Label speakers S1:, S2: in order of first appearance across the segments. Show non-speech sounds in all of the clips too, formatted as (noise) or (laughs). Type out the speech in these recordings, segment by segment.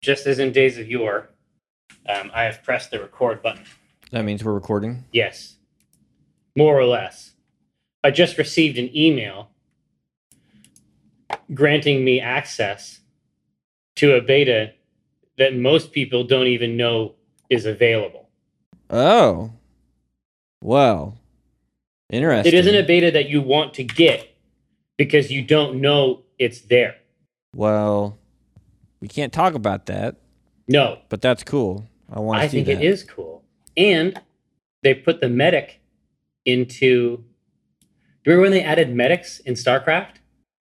S1: just as in days of yore, um, I have pressed the record button.
S2: That means we're recording.
S1: Yes, more or less. I just received an email granting me access to a beta that most people don't even know is available.
S2: Oh. Wow. Interesting.
S1: It isn't a beta that you want to get because you don't know it's there.
S2: Well, we can't talk about that,
S1: No,
S2: but that's cool. I want to
S1: I
S2: see
S1: think
S2: that.
S1: it is cool. And they put the medic into. Do you remember when they added medics in StarCraft?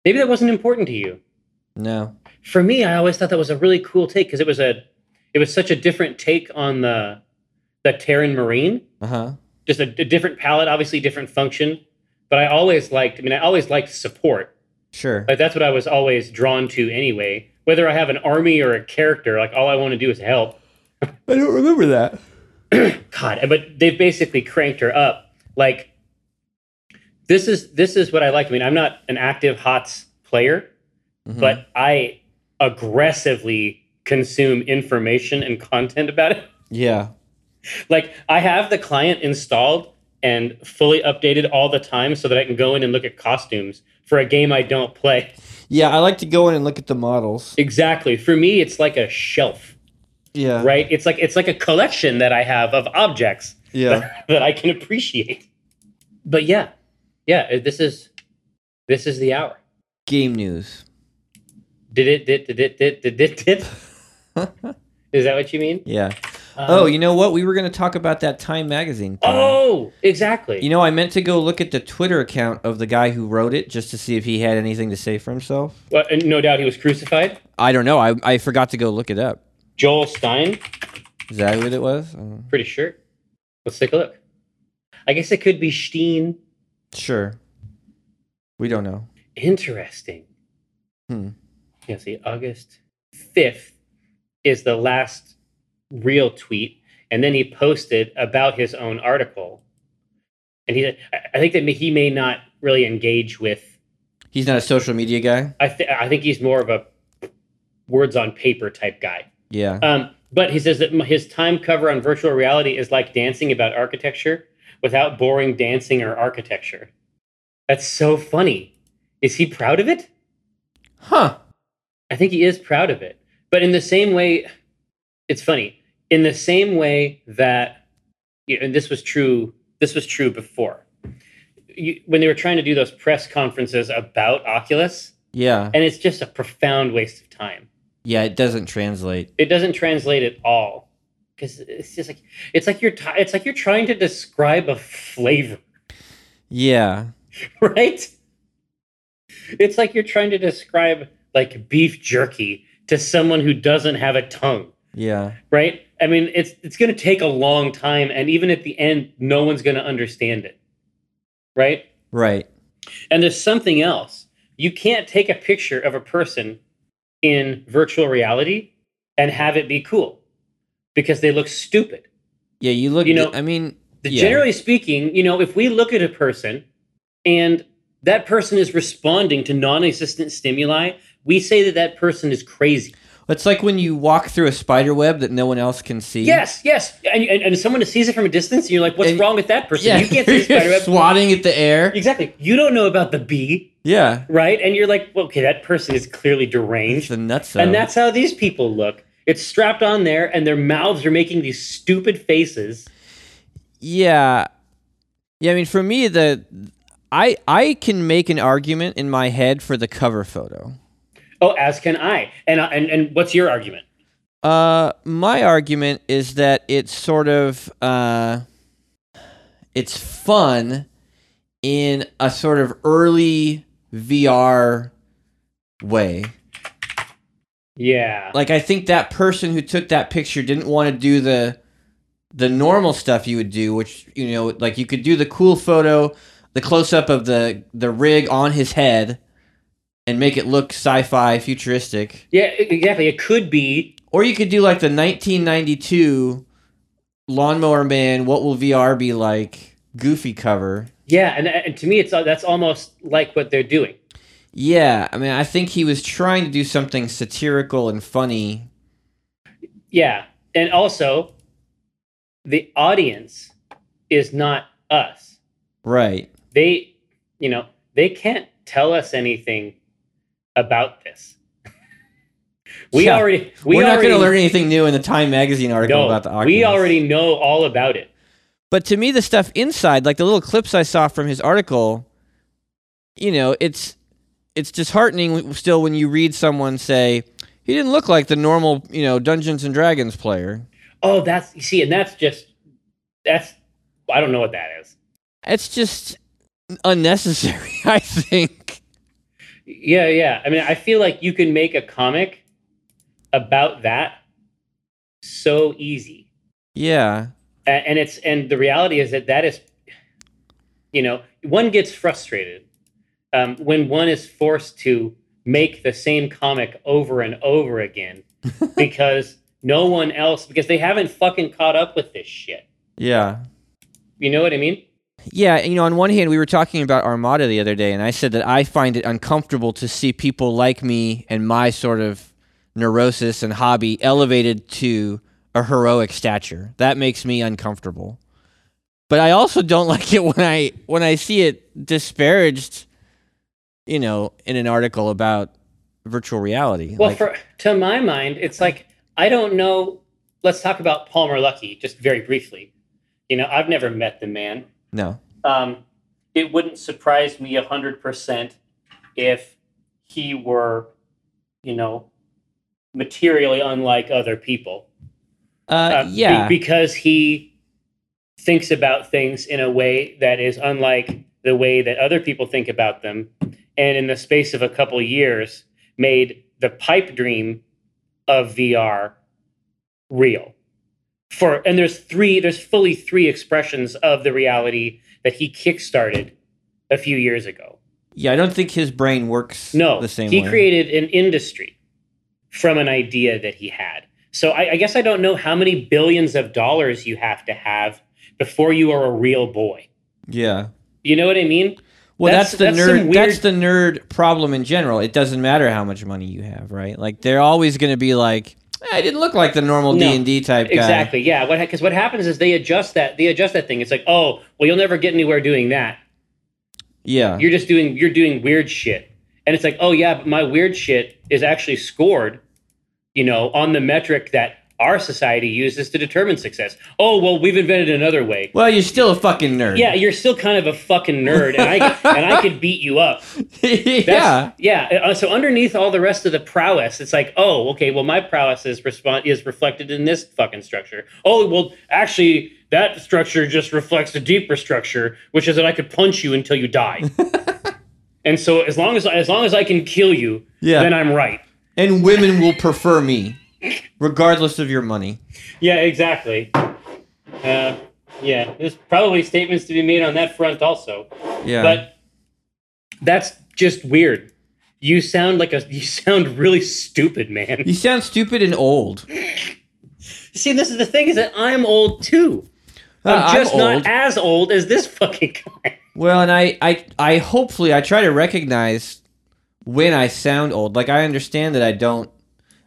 S1: Maybe that wasn't important to you.
S2: No.
S1: For me, I always thought that was a really cool take because it was a, it was such a different take on the, the Terran Marine.
S2: Uh huh.
S1: Just a, a different palette, obviously different function. But I always liked. I mean, I always liked support.
S2: Sure.
S1: Like that's what I was always drawn to anyway. Whether I have an army or a character, like all I want to do is help.
S2: I don't remember that.
S1: God, but they've basically cranked her up. Like this is this is what I like. I mean, I'm not an active HOTS player, but I aggressively consume information and content about it. (laughs)
S2: yeah.
S1: Like I have the client installed and fully updated all the time so that I can go in and look at costumes for a game I don't play. (laughs)
S2: Yeah, I like to go in and look at the models.
S1: Exactly. For me, it's like a shelf,
S2: Yeah.
S1: right? It's like it's like a collection that I have of objects. (laughs)
S2: Yeah.
S1: that I can appreciate. But yeah, yeah, uh, this is this is the hour.
S2: Game news.
S1: Did it? Did did it? Did did did?
S2: (laughs)
S1: did. is that what you mean?
S2: Yeah.
S1: Um,
S2: oh, you know what? We were going to talk about that Time magazine. thing.
S1: oh, exactly.
S2: You know, I meant to go look at the Twitter account of the guy who wrote it just to see if he had anything to say for himself.
S1: Well, and no doubt he was crucified.
S2: I don't know. I, I forgot to go look it up.
S1: Joel Stein,
S2: Is that what it was? I don't know.
S1: pretty sure. Let's take a look. I guess it could be Steen.
S2: Sure. We don't know.
S1: Interesting.
S2: Hmm.
S1: Yeah, see, August 5th is the last real tweet. And then he posted about his own article. And he, I- I think that he may not really engage with,
S2: He's not a social media guy.
S1: I, th- I think he's more of a words on paper type guy.
S2: Yeah.
S1: Um, but he says that m- his time cover on virtual reality is like dancing about architecture without boring dancing or architecture. That's so funny. Is he proud of it?
S2: Huh.
S1: I think he is proud of it. But in the same way, it's funny. In the same way that, you know, and this was true. This was true before, you, when they were trying to do those press conferences about Oculus,
S2: Yeah.
S1: and it's just a profound waste of time.
S2: Yeah, it doesn't translate.
S1: It doesn't translate at all because it's just like it's like you're t- it's like you're trying to describe a flavor, (laughs)
S2: Yeah.
S1: right? It's like you're trying to describe like beef jerky to someone who doesn't have a tongue.
S2: Yeah.
S1: right? I mean, it's it's going to take a long time, and even at the end, no one's going to understand it, right?
S2: Right.
S1: And there's something else. You can't take a picture of a person in virtual reality and have it be cool because they look stupid.
S2: Yeah, you look
S1: You know-
S2: I mean,
S1: The-
S2: Yeah.
S1: Generally speaking, you know, if we look at a person and that person is responding to non-existent stimuli, we say that that person is crazy.
S2: it's like when you walk through a spider web that no one else can see.
S1: Yes, yes, and, and, and someone sees it from a distance, and you're like, "What's
S2: And-
S1: wrong with that person?
S2: Yeah.
S1: You can't see a
S2: (laughs)
S1: spider web.
S2: swatting at the air.
S1: Exactly. You don't know about the bee,
S2: Yeah.
S1: right? And you're like, well, okay, that person is clearly
S2: It's
S1: deranged.
S2: the nuts.
S1: And that's how these people look. It's strapped on there, and their mouths are making these stupid faces.
S2: Yeah. Yeah, I mean for me the I I can make an argument in my head for the cover photo.
S1: Oh, as can I. And uh, and and what's your argument?
S2: Uh, my argument is that it's sort of uh, it's fun in a sort of early VR way.
S1: Yeah.
S2: Like I think that person who took that picture didn't want to do the the normal stuff you would do, which you know, like you could do the cool photo, the close up of the the rig on his head, and make it look sci-fi futuristic.
S1: Yeah, e- exactly. It could be
S2: Or you could do like the 1992 Lawnmower Man, What Will VR Be Like goofy cover.
S1: yeah, and, and to me it's uh, that's almost like what they're doing.
S2: Yeah, I mean, I think he was trying to do something satirical and funny
S1: yeah, and also the audience is not us.
S2: Right.
S1: They, you know, they can't tell us anything about this. (laughs) We
S2: Yeah.
S1: already we
S2: We are not
S1: already
S2: going to learn anything new in the Time magazine article
S1: no,
S2: about the Oculus.
S1: we already know all about it.
S2: But to me, the stuff inside, like the little clips I saw from his article, you know, it's it's disheartening w- still when you read someone say he didn't look like the normal, you know, Dungeons and Dragons player.
S1: Oh, that's you see, and that's just that's I don't know what that is.
S2: It's just unnecessary, (laughs) I think.
S1: Yeah, yeah. I mean, I feel like you can make a comic about that so easy.
S2: Yeah,
S1: A- and it's and the reality is that that is you know one gets frustrated um, when one is forced to make the same comic over and over again because no one else because they haven't fucking caught up with this shit
S2: yeah.
S1: you know what i mean
S2: Yeah, you know, on one hand, we were talking about Armada the other day, and I said that I find it uncomfortable to see people like me and my sort of neurosis and hobby elevated to a heroic stature. That makes me uncomfortable. But I also don't (laughs) like it when I when I see it disparaged, you know, in an article about virtual reality.
S1: well
S2: Like-
S1: for to my mind it's like i don't know let's talk about palmer lucky just very briefly you know i've never met the man
S2: no,
S1: um, it wouldn't surprise me 100% if he were, you know, materially unlike other people.
S2: uh,
S1: Uh, be-
S2: yeah,
S1: because he thinks about things in a way that is unlike the way that other people think about them. And in the space of a couple years, made the pipe dream of VR real. For and there's three, there's fully three expressions of the reality that he kickstarted a few years ago.
S2: yeah. I don't think his brain works.
S1: No,
S2: the same.
S1: he
S2: way.
S1: created an industry from an idea that he had. So I, I guess I don't know how many billions of dollars you have to have before you are a real boy.
S2: Yeah.
S1: You know what I mean?
S2: Well, that's,
S1: That's-
S2: the
S1: that's some
S2: nerd.
S1: weird-
S2: That's the nerd problem in general. It doesn't matter how much money you have, right? Like they're always going to be like, "Eh, "I didn't look like the normal D
S1: No,
S2: and D type guy."
S1: Exactly. Yeah. What because what happens is they adjust that they adjust that thing. It's like oh well you'll never get anywhere doing that.
S2: Yeah.
S1: You're just doing you're doing weird shit. And it's like oh yeah, but my weird shit is actually scored, you know, on the metric that our society uses to determine success. Oh well, we've invented another way.
S2: Well, you're still a fucking nerd.
S1: Yeah, you're still kind of a fucking nerd, and I and I could beat you
S2: (laughs)
S1: up.
S2: (laughs) yeah.
S1: That's- yeah. uh, so underneath all the rest of the prowess, it's like, oh, okay, well, my prowess is respond is reflected in this fucking structure. Oh, well, actually, that structure just reflects a deeper structure, which is that I could punch you until you
S2: (laughs)
S1: die. and so as long as as long as I can kill you,
S2: Yeah.
S1: then I'm right.
S2: And women will prefer me, regardless of your money.
S1: Yeah, exactly. Uh, yeah, there's probably statements to be made on that front also.
S2: Yeah.
S1: but that's just weird. You sound like a (laughs) you sound really stupid, man.
S2: you sound stupid and old.
S1: See, this is the thing is that I'm old too.
S2: Uh,
S1: I'm just
S2: old.
S1: not as old as this (laughs) fucking guy.
S2: Well, and I, I, I hopefully I try to recognize when I sound old. Like I understand that I don't,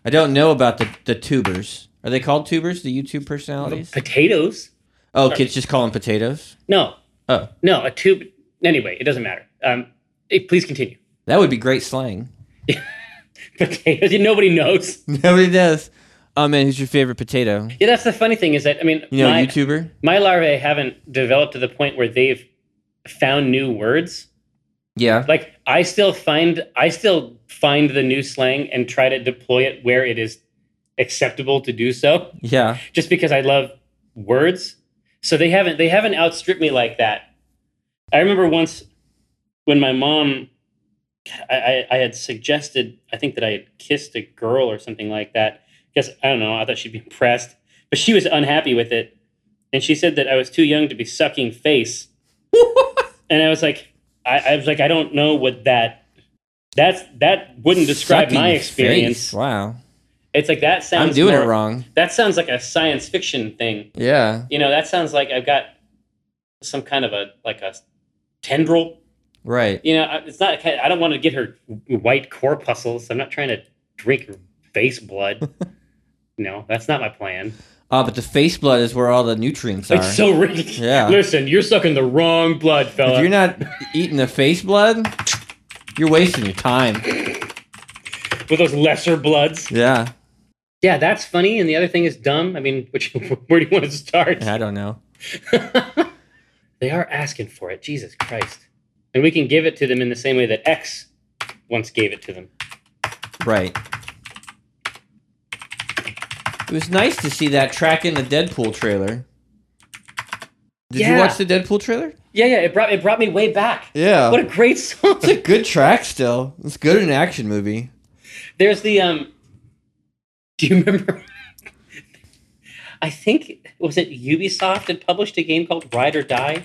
S2: I don't know about the the tubers. Are they called tubers? The YouTube personalities?
S1: Potatoes?
S2: Oh, kids just call them potatoes.
S1: No,
S2: Oh,
S1: no, a tube. Anyway, it doesn't matter. Um, eh, please continue. (laughs)
S2: that would be great slang. (laughs)
S1: Potatoes. Nobody knows. (laughs)
S2: Nobody does. Oh man, who's your favorite potato?
S1: Yeah, that's the funny thing is that I mean,
S2: You know,
S1: my,
S2: YouTuber.
S1: my larvae haven't developed to the point where they've found new words.
S2: Yeah.
S1: like i still find i still find the new slang and try to deploy it where it is acceptable to do so
S2: Yeah.
S1: just because i love words so they haven't they haven't outstripped me like that i remember once when my mom i i, I had suggested i think that i had kissed a girl or something like that because i don't know i thought she'd be impressed but she was unhappy with it and she said that i was too young to be sucking
S2: (laughs)
S1: face and I was like, I, I was like, I don't know what that. That's that wouldn't describe
S2: Sucking
S1: my
S2: face.
S1: experience.
S2: Wow.
S1: It's like that sounds.
S2: I'm doing
S1: more-
S2: it wrong.
S1: That sounds like a science fiction thing.
S2: Yeah.
S1: You know, that sounds like I've got some kind of a like a tendril.
S2: Right.
S1: You know, I- it's not. I don't want (laughs) to get her white corpuscles. I'm not trying to drink her face blood. No, that's not my plan.
S2: Oh, but the face blood is where all the nutrients are.
S1: It's so rich.
S2: Yeah.
S1: Listen, you're sucking the wrong blood, fella.
S2: if you're not eating the face blood, you're wasting your time.
S1: With those lesser bloods.
S2: Yeah.
S1: Yeah, that's funny. And the other thing is dumb. I mean, which (laughs) where do you want to start?
S2: I don't know.
S1: They are asking for it. Jesus Christ. And we can give it to them in the same way that X once gave it to them.
S2: Right. It was nice to see that track in the Deadpool trailer. Did you
S1: Yeah.
S2: watch the Deadpool trailer?
S1: Yeah, yeah, it brought it brought me way back.
S2: Yeah.
S1: What a great (laughs) song.
S2: it's a good track still. It's good in an action movie.
S1: There's the um Do you remember (laughs) I think was it Ubisoft had published a game called Ride or Die?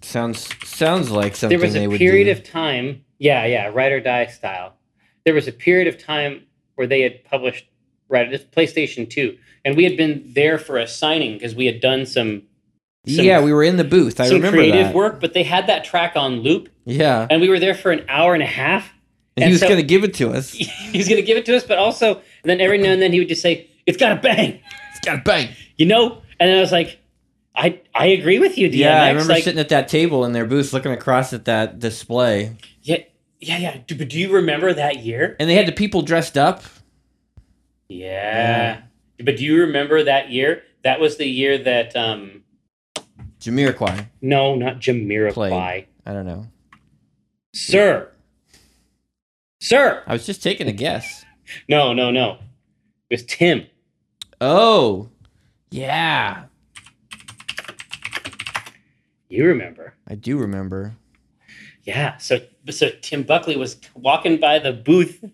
S2: Sounds sounds like something
S1: There was
S2: they
S1: a
S2: would
S1: period
S2: do.
S1: of time. Yeah, yeah, Ride or Die style. There was a period of time where they had published Ride this PlayStation 2 and we had been there for a signing because we had done some some-
S2: yeah, we were in the booth. I
S1: some
S2: remember
S1: creative
S2: that.
S1: work, but they had that track on loop,
S2: Yeah,
S1: and we were there for an hour and a half. (laughs)
S2: and
S1: And
S2: he was
S1: so-
S2: gonna give it to us.
S1: He's gonna give it to us, but also, and then every now and then he would just say, "It's got a bang,"
S2: It's got a bang.
S1: you know. And then I was like, "I I agree with you, DMX."
S2: Yeah, I remember
S1: like,
S2: sitting at that table in their booth, looking across at that display,
S1: yeah, yeah, yeah. Do, but do you remember that year?
S2: and they had the people dressed up.
S1: Yeah. But do you remember that year? That was the year that um
S2: Jamiroquai.
S1: no, not Jamiroquai,
S2: Played. I don't know.
S1: sir, sir.
S2: I was just taking a guess.
S1: No, no, no. It was Tim.
S2: Oh, yeah,
S1: You remember?
S2: I do remember.
S1: Yeah. So so Tim Buckley was walking by the booth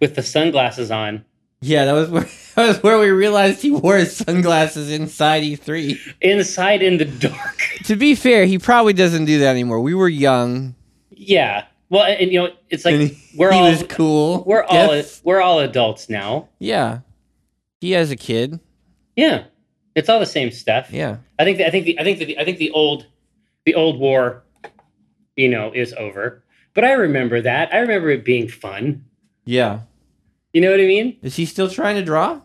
S1: with the sunglasses on.
S2: Yeah, that was (laughs) where that was where we realized he wore his sunglasses inside E E3.
S1: Inside in the (laughs) dark.
S2: To be fair, he probably doesn't do that anymore. We were young.
S1: Yeah. Well, and, and, you know, it's like
S2: and he,
S1: we're
S2: he
S1: all
S2: was cool.
S1: we're all
S2: Yes.
S1: we're all adults now.
S2: yeah. He has a kid.
S1: Yeah. It's all the same stuff.
S2: Yeah.
S1: I think the, I think the, I think the, I think the old the old war you know is over. But I remember that. I remember it being fun.
S2: Yeah.
S1: You know what I mean?
S2: Is he still trying to draw?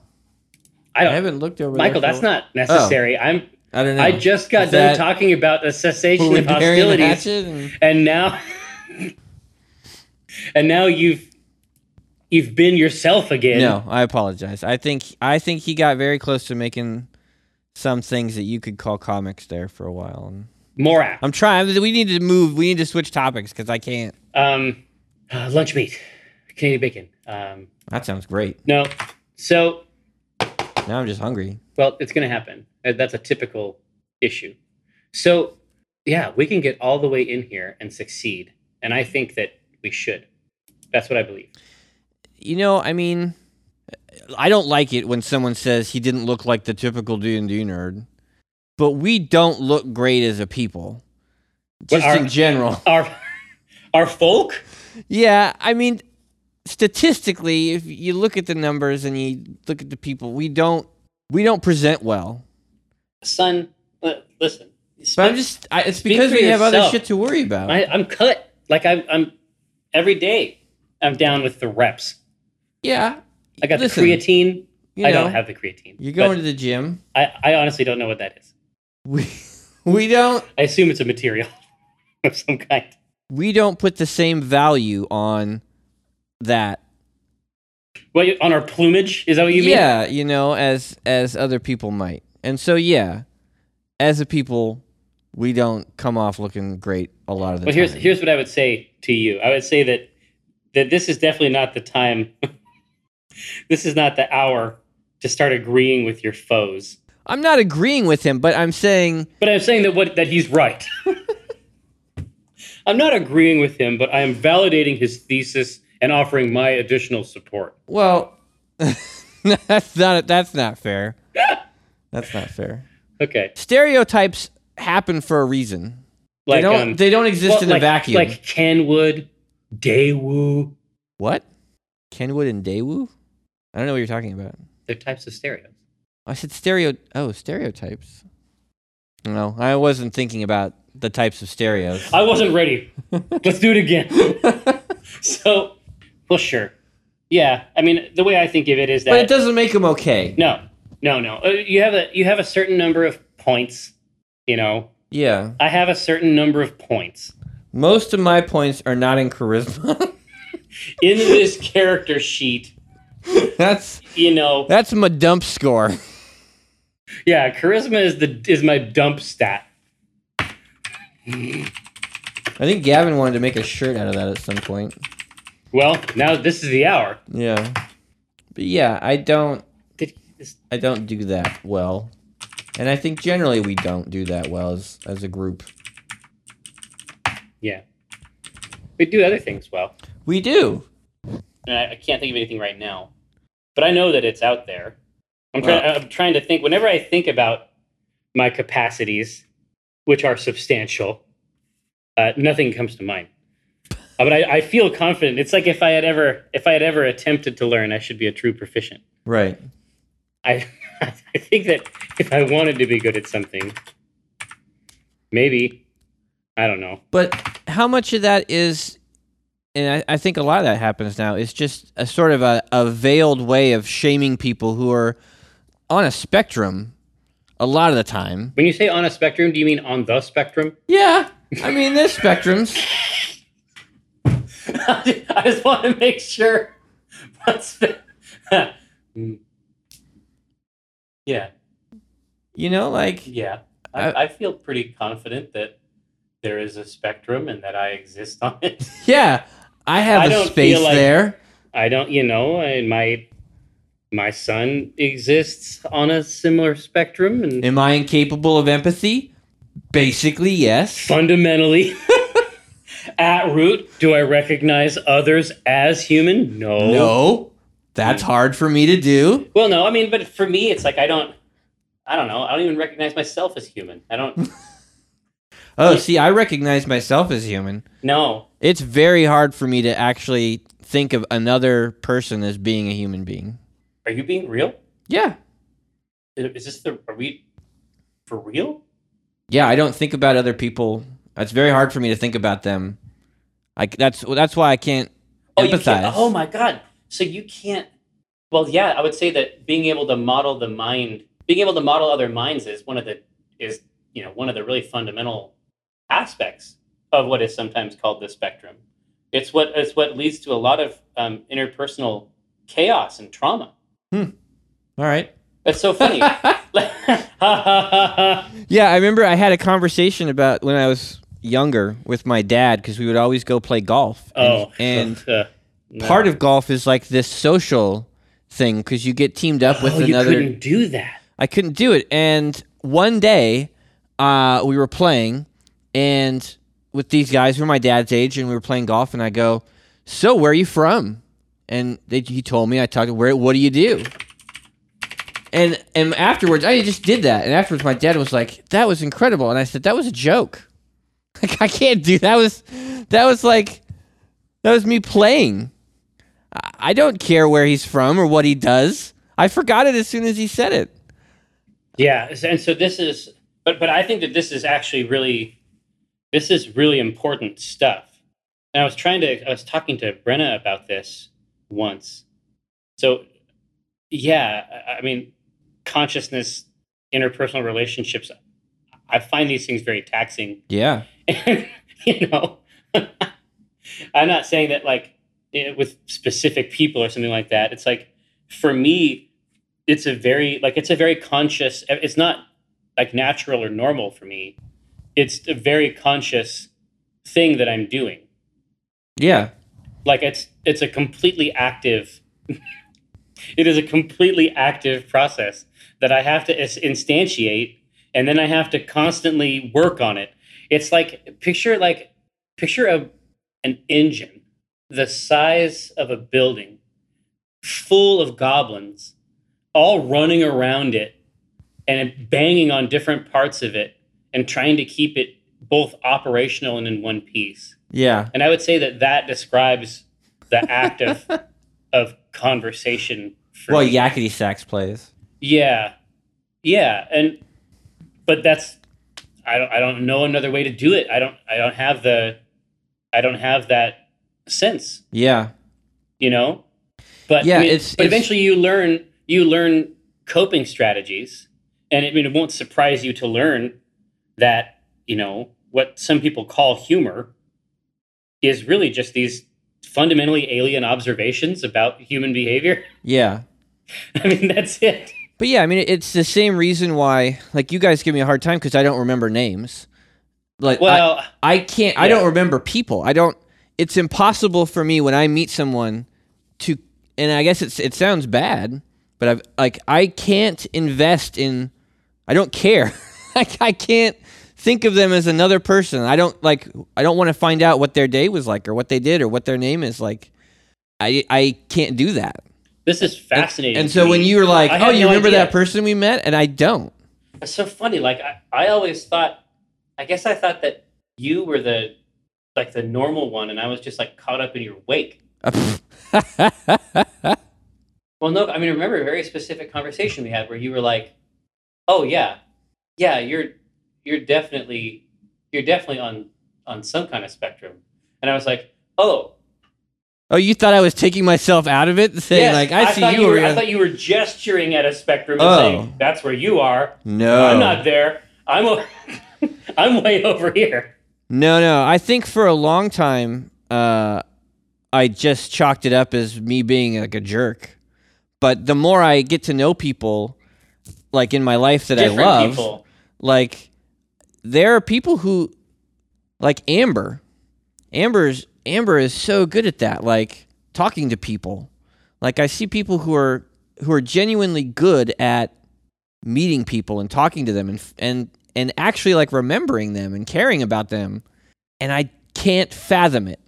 S1: I
S2: I,
S1: don't
S2: haven't looked over.
S1: Michael,
S2: there
S1: that's not necessary. I'm
S2: I don't know.
S1: I just got
S2: Oh. Is
S1: done
S2: that-
S1: talking about the
S2: Were
S1: cessation
S2: we
S1: of
S2: burying the
S1: hostilities.
S2: hatchet and-
S1: and now (laughs) and now you've you've been yourself again
S2: No, I apologize. I think I think he got very close to making some things that you could call comics there for a while. And
S1: Morat.
S2: I'm trying. We need to move. We need to switch topics because I can't.
S1: um uh, lunch meat canadian bacon um
S2: That sounds great.
S1: no so
S2: Now I'm just hungry.
S1: well it's gonna happen Uh, that's a typical issue so yeah we can get all the way in here and succeed and i think that we should that's what i believe
S2: You know, I mean, I don't like it when someone says he didn't look like the typical D and D nerd, but we don't look great as a people, just
S1: our-
S2: in general.
S1: our (laughs) our folk
S2: Yeah, I mean, statistically, if you look at the numbers and you look at the people, we don't we don't present well.
S1: son li- listen
S2: But I'm just I, it's
S1: Speak
S2: because
S1: for
S2: we have other
S1: yourself.
S2: shit to worry about.
S1: I, I'm cut. Like I'm, I'm every day. I'm down with the reps.
S2: yeah,
S1: I got
S2: Listen,
S1: the creatine.
S2: you know,
S1: I don't have the creatine.
S2: you're
S1: but
S2: going to the gym.
S1: I, I honestly don't know what that is.
S2: We (laughs) we don't
S1: I assume it's a material (laughs) of some kind.
S2: we don't put the same value on that
S1: Well, you- on our plumage is that what you mean?
S2: yeah, you know, as as other people might. And so yeah, as a people, we don't come off looking great a lot of the
S1: Well,
S2: time.
S1: here's here's what I would say to you. I would say that that this is definitely not the time. (laughs) this is not the hour to start agreeing with your foes.
S2: I'm not agreeing with him, but I'm saying
S1: But I'm saying that what that he's right. (laughs) I'm not agreeing with him, but I am validating his thesis and offering my additional support.
S2: Well, (laughs) that's not that's not fair. that's not fair.
S1: Okay,
S2: Stereotypes happen for a reason.
S1: like
S2: they don't
S1: um,
S2: they don't exist
S1: well,
S2: in
S1: like,
S2: a vacuum.
S1: Like Kenwood, Daewoo,
S2: what? Kenwood and Daewoo? I don't know what you're talking about.
S1: they're types of stereos.
S2: I said stereo. Oh, stereotypes. No, I wasn't thinking about the types of
S1: Uh,
S2: stereos. (laughs)
S1: I wasn't ready. Let's do it again. so, well, sure. yeah, I mean, the way I think of it is that
S2: But it doesn't make him okay.
S1: no, no, no. Uh, You have a you have a certain number of points. You know,
S2: Yeah.
S1: I have a certain number of points
S2: Most of my points are not in charisma. (laughs)
S1: in this character sheet.
S2: that's
S1: You know,
S2: that's my dump score.
S1: yeah, charisma is the is my dump stat.
S2: I think Gavin wanted to make a shirt out of that at some point.
S1: Well, now this is the hour.
S2: Yeah. But yeah, I don't
S1: Did is-
S2: I don't do that well. And I think generally we don't do that well as as a group.
S1: yeah, we do other things well.
S2: We do.
S1: And I, I can't think of anything right now, but I know that it's out there. I'm trying. I'm trying to think. Whenever I think about my capacities, which are substantial, uh, nothing comes to mind. Uh, but I, I feel confident. It's like if I had ever, if I had ever attempted to learn, I should be a true proficient.
S2: Right.
S1: I, (laughs) I think that if I wanted to be good at something, maybe, I don't know.
S2: But how much of that is, and I, I think a lot of that happens now, is just a sort of a, a veiled way of shaming people who are on a spectrum a lot of the time.
S1: When you say on a spectrum, do you mean on the spectrum?
S2: Yeah. I mean, there's spectrums.
S1: (laughs) I just want to make sure. What's the... (laughs) Mm. yeah,
S2: You know, like,
S1: yeah.
S2: I-
S1: I, I feel pretty confident that there is a spectrum and that I exist on it. (laughs)
S2: yeah, I have
S1: I
S2: a
S1: don't
S2: space
S1: feel like-
S2: there.
S1: I don't, you know, and my my son exists on a similar spectrum, and
S2: Am I incapable of empathy? Basically, yes.
S1: fundamentally. (laughs) At root, do I recognize others as human? No. Hmm.
S2: No, that's hard for me to do.
S1: Well, no, I mean, but for me, it's like I don't, I don't know. I don't even recognize myself as human. I don't.
S2: Oh, see, I recognize myself as human.
S1: no,
S2: It's very hard for me to actually think of another person as being a human being.
S1: are you being real?
S2: Yeah.
S1: Is this the are we for real?
S2: Yeah, I don't think about other people. It's very hard for me to think about them. I, c- that's that's why I can't
S1: Oh, you
S2: empathize.
S1: can't, oh my god! So you can't. Well, yeah, I would say that being able to model the mind, being able to model other minds, is one of the is you know one of the really fundamental aspects of what is sometimes called the spectrum. It's what it's what leads to a lot of um, interpersonal chaos and trauma.
S2: All right.
S1: That's so funny. (laughs)
S2: Yeah, I remember I had a conversation about when I was younger with my dad because we would always go play golf. And-
S1: oh,
S2: and
S1: uh, no.
S2: part of golf is like this social thing because you get teamed up with
S1: oh, you
S2: another.
S1: couldn't do that.
S2: I couldn't do it. And one day, uh, we were playing, and with these guys who were my dad's age, and we were playing golf. And I go, "So, where are you from?" And they, he told me. I talked. Where? What do you do? And and afterwards, I just did that. And afterwards, my dad was like, "That was incredible." And I said, "That was a joke. (laughs) Like I can't do that. Was that was like that was me playing." I- I don't care where he's from or what he does. I forgot it as soon as he said it.
S1: Yeah, and so this is, but but I think that this is actually really, this is really important stuff. And I was trying to, I was talking to Brenna about this once. So, yeah, I- I mean, consciousness, interpersonal relationships. I find these things very taxing
S2: Yeah.
S1: (laughs) you know, (laughs) I'm not saying that like eh, with specific people or something like that. It's like for me, it's a very like it's a very conscious. eh, It's not like natural or normal for me. It's a very conscious thing that I'm doing.
S2: Yeah.
S1: Like it's it's a completely active. (laughs) it is a completely active process that I have to is- instantiate, and then I have to constantly work on it. It's like picture like picture a an engine the size of a building full of goblins all running around it and banging on different parts of it and trying to keep it both operational and in one piece
S2: Yeah.
S1: and I would say that that describes the act of of conversation. For
S2: Well,
S1: me.
S2: Yakety Sax plays.
S1: yeah, yeah, and but that's I don't I don't know another way to do it. I don't I don't have the I don't have that sense,
S2: Yeah.
S1: you know. But
S2: Yeah,
S1: I mean,
S2: it's-
S1: but
S2: it's-
S1: eventually you learn you learn coping strategies, and I mean it won't surprise you to learn that you know what some people call humor is really just these fundamentally alien observations about human behavior. (laughs)
S2: Yeah.
S1: I mean that's it.
S2: But yeah, I mean, it's the same reason why, like, you guys give me a hard time because I don't remember names. Like, I-
S1: Well,
S2: I can't. I
S1: Yeah.
S2: don't remember people. I don't. It's impossible for me when I meet someone to. And I guess it's it sounds bad, but I've like I can't invest in. I don't care. (laughs) like I can't think of them as another person. I don't like. I don't want to find out what their day was like or what they did or what their name is like. I I can't do that.
S1: this is fascinating.
S2: And
S1: to
S2: so when
S1: me.
S2: you were like,
S1: I
S2: "Oh,
S1: had
S2: you
S1: no
S2: remember
S1: idea.
S2: that person we met?" and I don't. (laughs)
S1: It's so funny. Like I, I always thought, I guess I thought that you were the like the normal one, and I was just like caught up in your wake. Well, no, I mean, remember a very specific conversation we had where you were like, "Oh yeah, yeah, you're you're definitely you're definitely on on some kind of spectrum," and I was like, "Oh."
S2: oh, you thought I was taking myself out of it, saying
S1: yes,
S2: like, "I, see
S1: thought
S2: you." were
S1: were, I
S2: gonna-
S1: thought you were gesturing at a spectrum and
S2: Oh.
S1: saying, "That's where you are.
S2: no,
S1: I'm not there. I'm o- (laughs) I'm way over here."
S2: No, no. I think for a long time, uh, I just chalked it up as me being like a jerk. But the more I get to know people, like in my life that
S1: Different
S2: I love,
S1: people.
S2: like there are people who, like Amber, Amber's Amber is so good at that. Like talking to people, like I see people who are who are genuinely good at meeting people and talking to them and f- and and actually like remembering them and caring about them and I can't fathom it.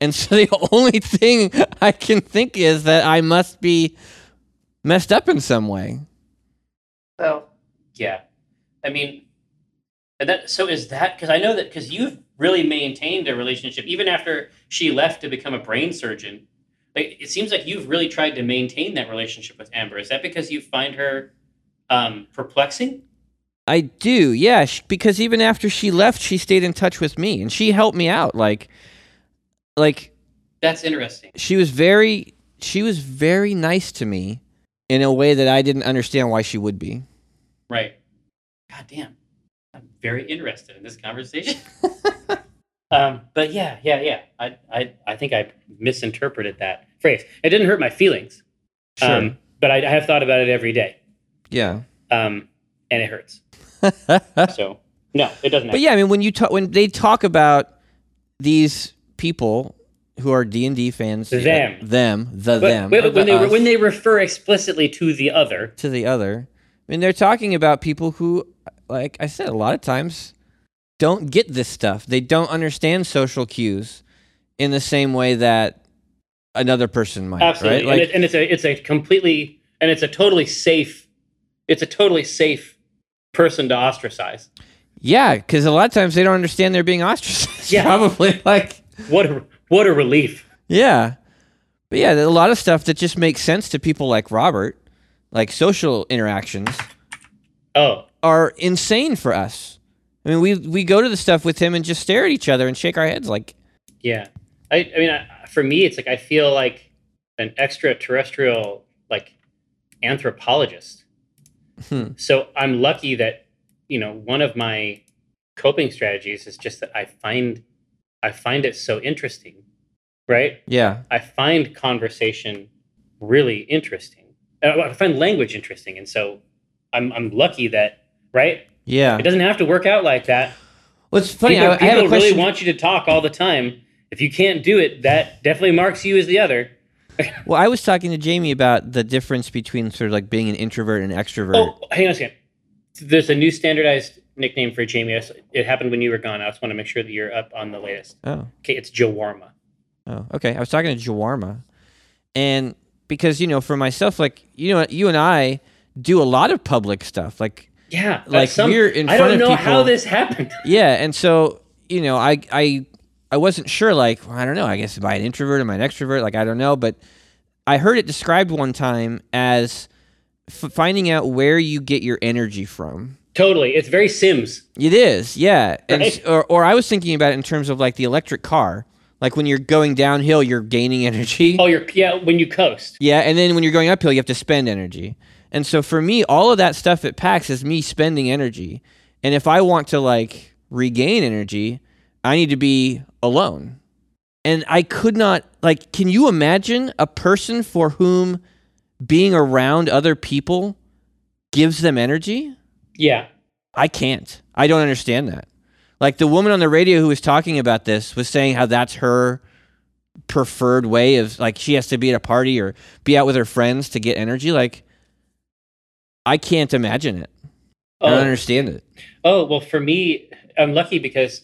S2: And (laughs) so the only thing I can think is that I must be messed up in some way.
S1: Well, yeah. I mean, and that so is that because I know that because you've really maintained a relationship even after she left to become a brain surgeon. Like it seems like you've really tried to maintain that relationship with Amber. Is that because you find her um, perplexing?
S2: I do, yeah, sh- because even after she left, she stayed in touch with me and she helped me out. Like, like
S1: That's interesting.
S2: she was very, she was very nice to me in a way that I didn't understand why she would be.
S1: Right. God damn. I'm very interested in this conversation. um, but yeah, yeah, yeah. I, I, I think I misinterpreted that phrase. It didn't hurt my feelings. Um, but I, I have thought about it every day.
S2: yeah.
S1: um, and it
S2: (laughs)
S1: hurts.
S2: but
S1: So no, it doesn't. Matter.
S2: yeah, I mean, when you talk, when they talk about these people who are D and D fans,
S1: The them.
S2: them,
S1: But
S2: the them,
S1: wait,
S2: or
S1: but when
S2: the
S1: they
S2: us.
S1: when they refer explicitly to the other,
S2: to the other. I mean, they're talking about people who, like I said, a lot of times don't get this stuff. They don't understand social cues in the same way that another person might.
S1: absolutely, and,
S2: Right?
S1: it, and it's a it's a completely and it's a totally safe, it's a totally safe person to ostracize.
S2: yeah, because a lot of times they don't understand they're being ostracized.
S1: Yeah.
S2: Probably (laughs) like
S1: What a what a relief.
S2: Yeah. But yeah, there's a lot of stuff that just makes sense to people like Robert, like social interactions
S1: Oh,
S2: are insane for us. I mean, we we go to the stuff with him and just stare at each other and shake our heads like,
S1: Yeah, I, I mean, I, for me, it's like I feel like an extraterrestrial like anthropologist.
S2: Hmm.
S1: So I'm lucky that you know one of my coping strategies is just that I find I find it so interesting, right?
S2: yeah,
S1: I find conversation really interesting. Uh, I find language interesting, and so I'm I'm lucky that right.
S2: yeah.
S1: It doesn't have to work out like that
S2: Well, it's funny.
S1: people
S2: I, I have
S1: people
S2: a question.
S1: really want you to talk all the time. If you can't do it, that definitely marks you as the other.
S2: well, I was talking to Jamie about the difference between sort of like being an introvert and extrovert.
S1: Oh, hang on a second. There's a new standardized nickname for Jamie. It happened when you were gone. I just want to make sure that you're up on the latest.
S2: oh.
S1: Okay, it's Jawarma.
S2: Oh, okay. I was talking to Jawarma, and because you know, for myself, like you know, you and I do a lot of public stuff. Like,
S1: Yeah,
S2: Like, we're in
S1: I
S2: front
S1: don't
S2: of
S1: know how
S2: people-
S1: this happened. (laughs)
S2: yeah, and so you know, I I I wasn't sure. Like, well, I don't know. I guess am I an introvert? Am I an extrovert? Like, I don't know. But I heard it described one time as f- finding out where you get your energy from.
S1: Totally, it's very Sims.
S2: It is, yeah. And s
S1: Right?
S2: or, or I was thinking about it in terms of like the electric car. Like when you're going downhill, you're gaining (laughs) energy.
S1: Oh, you're yeah. When you coast,
S2: Yeah, and then when you're going uphill, you have to spend energy. And so for me, all of that stuff at PAX is me spending energy. And if I want to like regain energy, I need to be alone. And I could not like can you imagine a person for whom being around other people gives them energy?
S1: yeah,
S2: I can't. I don't understand that. Like the woman on the radio who was talking about this was saying how that's her preferred way of like she has to be at a party or be out with her friends to get energy. Like I can't imagine it. I don't
S1: Oh.
S2: understand it.
S1: Oh, well, for me, I'm lucky because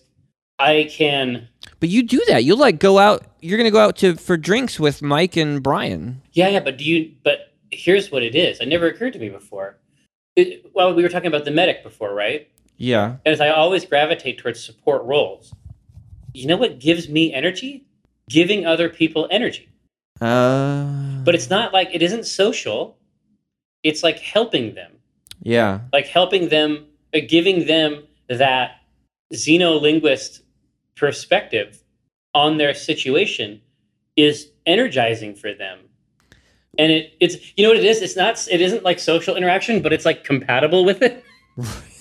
S1: I can.
S2: But you do that. You'll like go out you're gonna go out to for drinks with Mike and Brian.
S1: Yeah, yeah, but do you. But here's what it is. It never occurred to me before. It, well, we were talking about the medic before, right?
S2: Yeah.
S1: And as I always gravitate towards support roles, you know what gives me energy? Giving other people energy.
S2: Uh
S1: But it's not like it isn't social, it's like helping them.
S2: Yeah.
S1: like helping them, uh, giving them that xenolinguist perspective on their situation is energizing for them. And it, it's you know what it is. It's not. It isn't like social interaction, but it's like compatible with it.
S2: (laughs)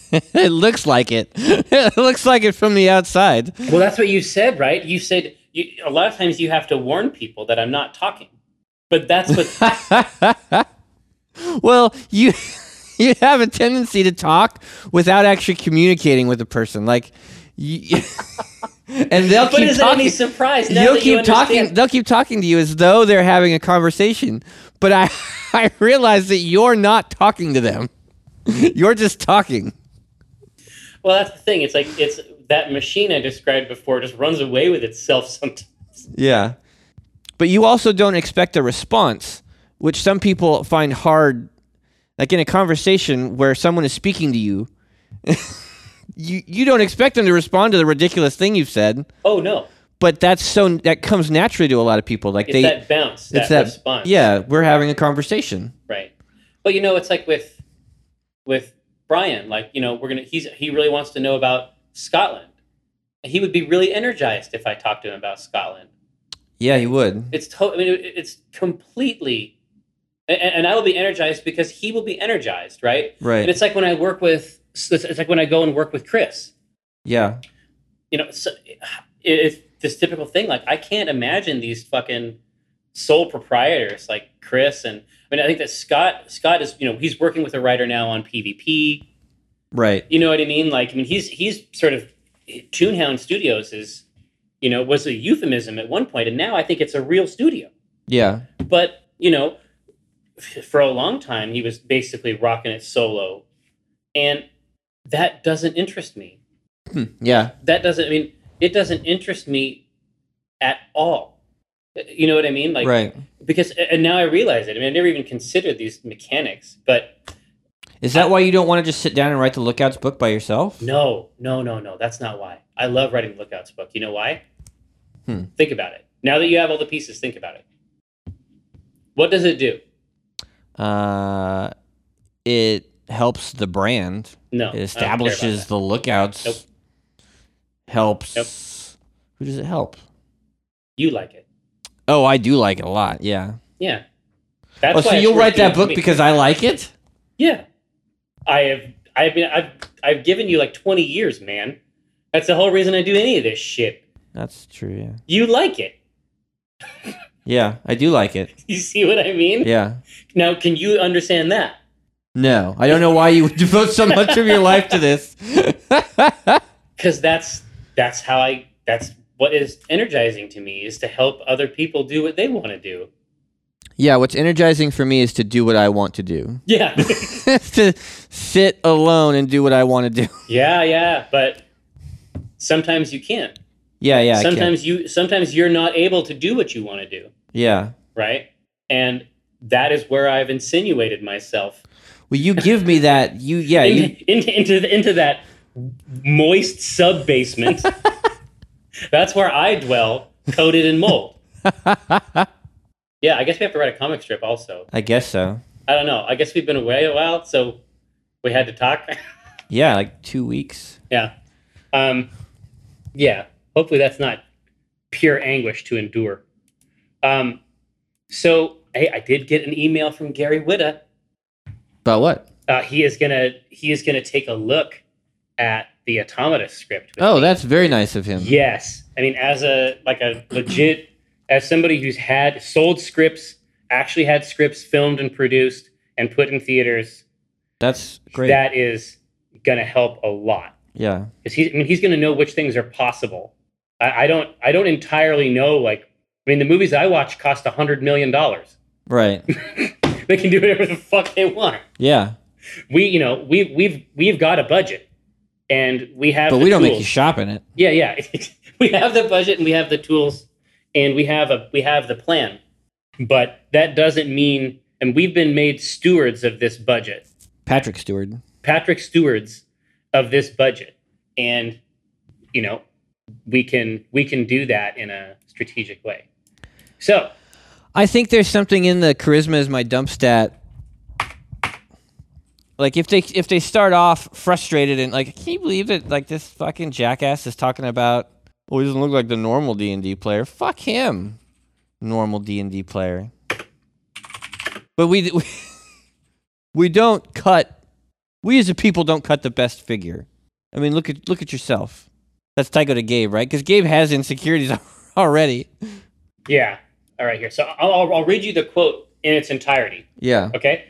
S1: (laughs)
S2: it looks like it. (laughs) it looks like it from the outside.
S1: Well, that's what you said, right? You said you, a lot of times you have to warn people that I'm not talking, but that's
S2: (laughs)
S1: what.
S2: well, you (laughs) you have a tendency to talk without actually communicating with the person, like, you, (laughs) and they'll
S1: but
S2: keep
S1: is it any
S2: talking.
S1: surprise? Now
S2: You'll
S1: that you
S2: keep talking.
S1: understand-
S2: They'll keep talking to you as though they're having a conversation, but I (laughs) I realize that you're not talking to them. (laughs) You're just talking.
S1: Well, that's the thing. It's like it's that machine I described before just runs away with itself sometimes.
S2: Yeah. But you also don't expect a response, which some people find hard. Like in a conversation where someone is speaking to you, (laughs) you you don't expect them to respond to the ridiculous thing you've said,
S1: Oh no,
S2: but that's so that comes naturally to a lot of people. Like
S1: it's
S2: they,
S1: that bounce, that, response,
S2: yeah, we're having a conversation.
S1: right. But you know, it's like with with Brian, like you know, we're gonna he's he really wants to know about Scotland, and he would be really energized if I talked to him about Scotland.
S2: Yeah, he would.
S1: It's to- I mean, it- it's completely, and, and I will be energized because he will be energized, right? And
S2: Right.
S1: it's like when I work with, it's like when I go and work with Chris.
S2: Yeah.
S1: you know, so it, it's this typical thing. Like, I can't imagine these fucking sole proprietors like Chris and I mean, I think that Scott Scott is you know he's working with a writer now on PvP.
S2: Right.
S1: You know what I mean? Like, I mean, he's he's sort of Toonhound Studios is you know was a euphemism at one point, and now I think it's a real studio.
S2: Yeah.
S1: But you know, f- for a long time he was basically rocking it solo, and that doesn't interest me
S2: Hmm. Yeah.
S1: that doesn't I mean it doesn't interest me at all. You know what I mean? Like
S2: right.
S1: because and now I realize it. I mean I never even considered these mechanics, but
S2: Is that why you don't want to just sit down and write the lookouts book by yourself?
S1: no, no, no, no, that's not why. I love writing the lookouts book. You know why?
S2: Hmm.
S1: Think about it. Now that you have all the pieces, think about it. What does it do?
S2: Uh, it helps the brand.
S1: No. Oh, I don't
S2: It
S1: care
S2: establishes
S1: about
S2: the lookouts.
S1: Nope.
S2: Helps.
S1: Nope.
S2: Who does it help?
S1: that. you like it.
S2: Oh, I do like it a lot. Yeah.
S1: Yeah. That's
S2: oh, so
S1: why it's
S2: you'll write
S1: working
S2: that
S1: for
S2: book
S1: me.
S2: because I like it?
S1: Yeah. I have I've been I've I've given you like 20 years, man. That's the whole reason I do any of this shit.
S2: That's true. Yeah.
S1: You like it. (laughs)
S2: Yeah, I do like it.
S1: You see what I mean?
S2: Yeah.
S1: Now can you understand that?
S2: No, I don't know why you would devote so much of your life to this. (laughs)
S1: Cuz that's that's how I that's what is energizing to me is to help other people do what they want to do.
S2: yeah, what's energizing for me is to do what I want to do. (laughs)
S1: Yeah.
S2: to sit alone and do what I want to do.
S1: (laughs)
S2: (laughs)
S1: yeah, yeah, but sometimes you can't.
S2: Yeah, yeah. I can.
S1: sometimes you sometimes you're not able to do what you want to do,
S2: Yeah.
S1: right? And that is where I've insinuated myself
S2: Well, you give me that. You, yeah.
S1: (laughs)
S2: You,
S1: in, into into the, into that moist sub
S2: (laughs)
S1: basement. That's where I dwell, coated in
S2: (laughs)
S1: mold. yeah, I guess we have to write a comic strip. Also,
S2: I guess so.
S1: I don't know. I guess we've been away a while, so we had to talk. (laughs)
S2: Yeah, like two weeks.
S1: yeah, um, yeah. Hopefully, that's not pure anguish to endure. Um, so hey, I did get an email from Gary Witta.
S2: About what?
S1: Uh, he is gonna he is gonna take a look at the Automata script. with
S2: Oh,
S1: me.
S2: that's very nice of him.
S1: yes. I mean, as a like a legit as somebody who's had sold scripts, actually had scripts filmed and produced and put in theaters,
S2: That's great.
S1: that is gonna help a lot.
S2: yeah.
S1: because he's I mean he's going to know which things are possible. I, I don't I don't entirely know like I mean the movies I watch cost a hundred million dollars. (laughs)
S2: Right.
S1: They can do whatever the fuck they want.
S2: Yeah.
S1: We you know we we've we've got a budget and we have
S2: But
S1: the
S2: we don't make
S1: tools.
S2: you shop in it.
S1: yeah yeah (laughs) we have the budget and we have the tools and we have a we have the plan. But that doesn't mean and we've been made stewards of this budget.
S2: Patrick Stewart.
S1: Patrick stewards of this budget, and you know we can we can do that in a strategic way. So
S2: I think there's something in the charisma is my dump stat. Like if they if they start off frustrated and like, can you believe it? Like this fucking jackass is talking about. Oh, he doesn't look like the normal D and D player. Fuck him, normal D and D player. But we, (laughs) we we don't cut. We as a people don't cut the best figure. I mean, look at look at yourself. That's Tycho to Gabe, right? Because Gabe has insecurities (laughs) already.
S1: yeah, all right here. So I'll, I'll, I'll read you the quote in its entirety.
S2: Yeah.
S1: Okay.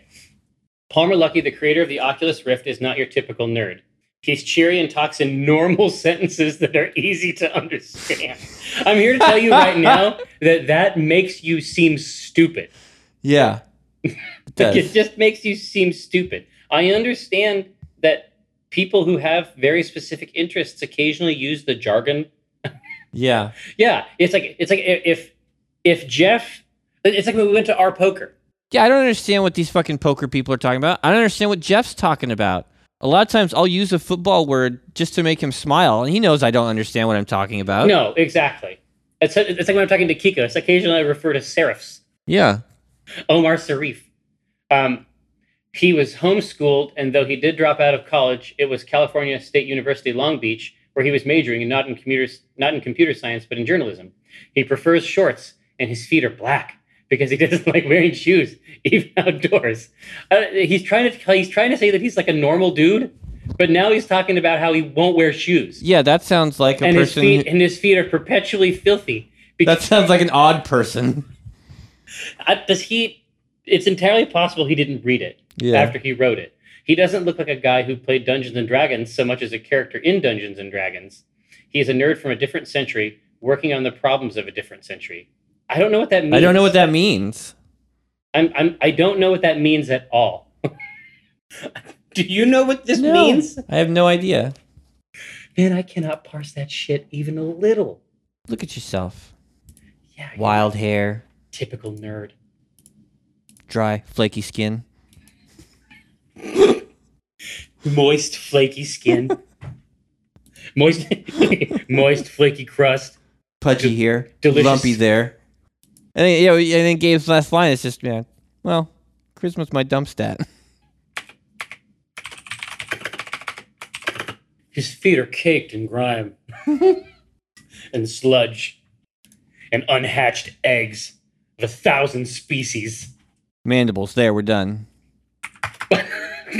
S1: Palmer Lucky, the creator of the Oculus Rift, is not your typical nerd. He's cheery and talks in (laughs) normal sentences that are easy to understand. I'm here to tell you
S2: (laughs)
S1: right now that that makes you seem stupid.
S2: Yeah. It does.
S1: It just makes you seem stupid. I understand that people who have very specific interests occasionally use the jargon.
S2: Yeah.
S1: Yeah, it's like it's like if if Jeff, it's like when we went to our poker.
S2: Yeah, I don't understand what these fucking poker people are talking about. I don't understand what Jeff's talking about. A lot of times I'll use a football word just to make him smile, and he knows I don't understand what I'm talking about.
S1: No, exactly. It's it's like when I'm talking to Kiko. It's occasionally I refer to serifs.
S2: Yeah.
S1: Omar Sarif. Um, he was homeschooled, and though he did drop out of college, it was California State University Long Beach where he was majoring, and not in computer not in computer science, but in journalism. He prefers shorts, and his feet are black because he (laughs) doesn't like wearing shoes, (laughs) even outdoors. Uh, he's trying to he's trying to say that he's like a normal dude, but now he's talking about how he won't wear shoes,
S2: Yeah, that sounds like a
S1: and his
S2: person.
S1: feet and his feet are perpetually filthy.
S2: (laughs) that sounds like an odd person.
S1: I, does he? It's entirely possible he didn't read it
S2: Yeah.
S1: after he wrote it. He doesn't look like a guy who played Dungeons and Dragons so much as a character in Dungeons and Dragons. He is a nerd from a different century, working on the problems of a different century. I don't know what that means.
S2: I don't know what that means.
S1: I'm, I'm. I don't know what that means at all. (laughs) Do you know what this
S2: No,
S1: means?
S2: I have no idea.
S1: Man, I cannot parse that shit even a little.
S2: Look at yourself.
S1: Yeah, you're
S2: Wild hair,
S1: a typical nerd.
S2: dry, flaky skin.
S1: moist flaky skin (laughs) moist (laughs) moist flaky crust
S2: pudgy here,
S1: delicious.
S2: lumpy there. And then, you know, and then Gabe's last line is just, man, well, Christmas my dump stat.
S1: his feet are caked in grime (laughs) and sludge and unhatched eggs of a thousand species (laughs)
S2: Mandibles, there, we're done.
S1: no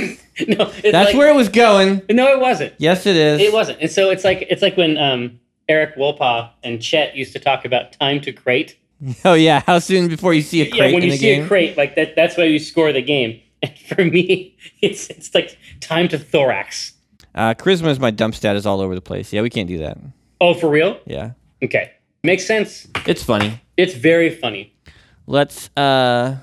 S1: it's
S2: That's
S1: like-
S2: where it was going.
S1: no it wasn't
S2: Yes, it is.
S1: it wasn't and so it's like it's like when um Eric Wolpa and Chet used to talk about time to crate.
S2: (laughs) Oh yeah, how soon before you see a crate
S1: yeah, when
S2: in
S1: you
S2: the
S1: see
S2: game?
S1: a crate like that, that's why you score the game. (laughs) And for me, it's it's like time to thorax.
S2: uh, Christmas my dump stat is all over the place. Yeah, we can't do that.
S1: Oh, for real?
S2: Yeah,
S1: Okay. Makes sense.
S2: it's funny.
S1: It's very funny.
S2: Let's uh,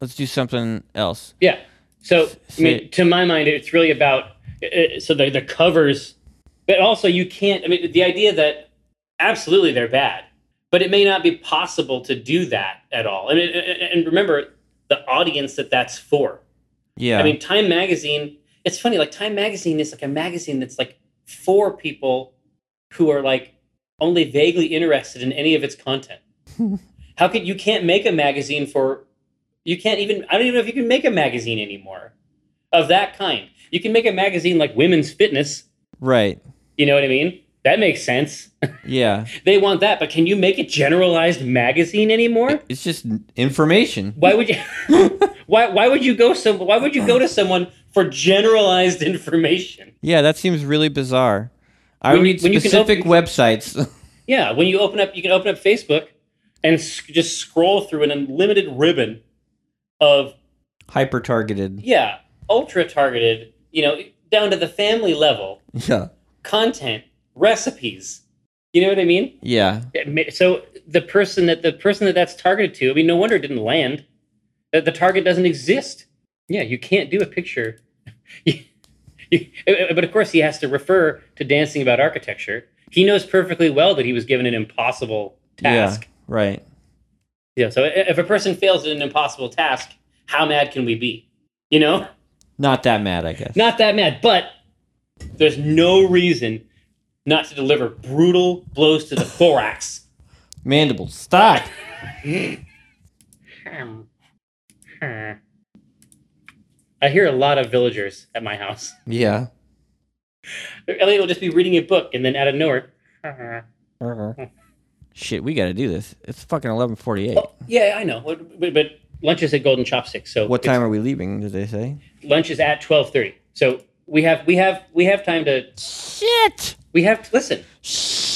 S2: let's do something else.
S1: Yeah. So, I
S2: Say-
S1: mean, to my mind, it's really about uh, so the, the covers, but also you can't, I mean, the idea that absolutely they're bad, but it may not be possible to do that at all. And, and remember the audience that that's for.
S2: Yeah,
S1: I mean, Time Magazine, it's funny, like Time Magazine is like a magazine that's like for people who are like only vaguely interested in any of its content. How could you can't make a magazine for you can't even I don't even know if you can make a magazine anymore of that kind. You can make a magazine like Women's Fitness,
S2: right.
S1: you know what I mean? That makes sense. (laughs)
S2: Yeah.
S1: They want that, but can you make a generalized magazine anymore?
S2: It's just information.
S1: Why would you? (laughs) why why would you go some? Why would you go to someone for generalized (laughs) information?
S2: Yeah, that seems really bizarre. I
S1: When you-
S2: read
S1: when you can
S2: specific websites. (laughs)
S1: Yeah, when you open up, you can open up Facebook and s- just scroll through an unlimited ribbon of
S2: Hyper targeted.
S1: yeah, ultra targeted, you know, down to the family level
S2: (laughs) Yeah.
S1: content, recipes. You know what I mean?
S2: Yeah.
S1: It ma- so the person that the person that that's targeted to i mean no wonder it didn't land that the target doesn't exist yeah you can't do a picture (laughs) You- you- eh, but of course he has to refer to dancing about architecture he knows perfectly well that he was given an impossible task
S2: Yeah. Right.
S1: yeah, so i- if a person fails at an impossible task how mad can we be you know
S2: Not that mad, I guess.
S1: not that mad but there's no reason not to deliver brutal blows to the thorax
S2: Mandible, stop.
S1: Hmm. I Hmm. hear a lot of villagers at my house. (laughs)
S2: yeah.
S1: Elliot will just be reading a book and then out of nowhere.
S2: Uh-huh.
S1: Uh-huh.
S2: Shit, we got to do this. It's fucking 11:48.
S1: Oh, yeah, I know. But, but- but lunch is at Golden Chopsticks, so
S2: what
S1: it's-
S2: time are we leaving? Did they say?
S1: Lunch is at twelve thirty. So we have we have we have time to
S2: Shit.
S1: we have listen.
S2: Shit.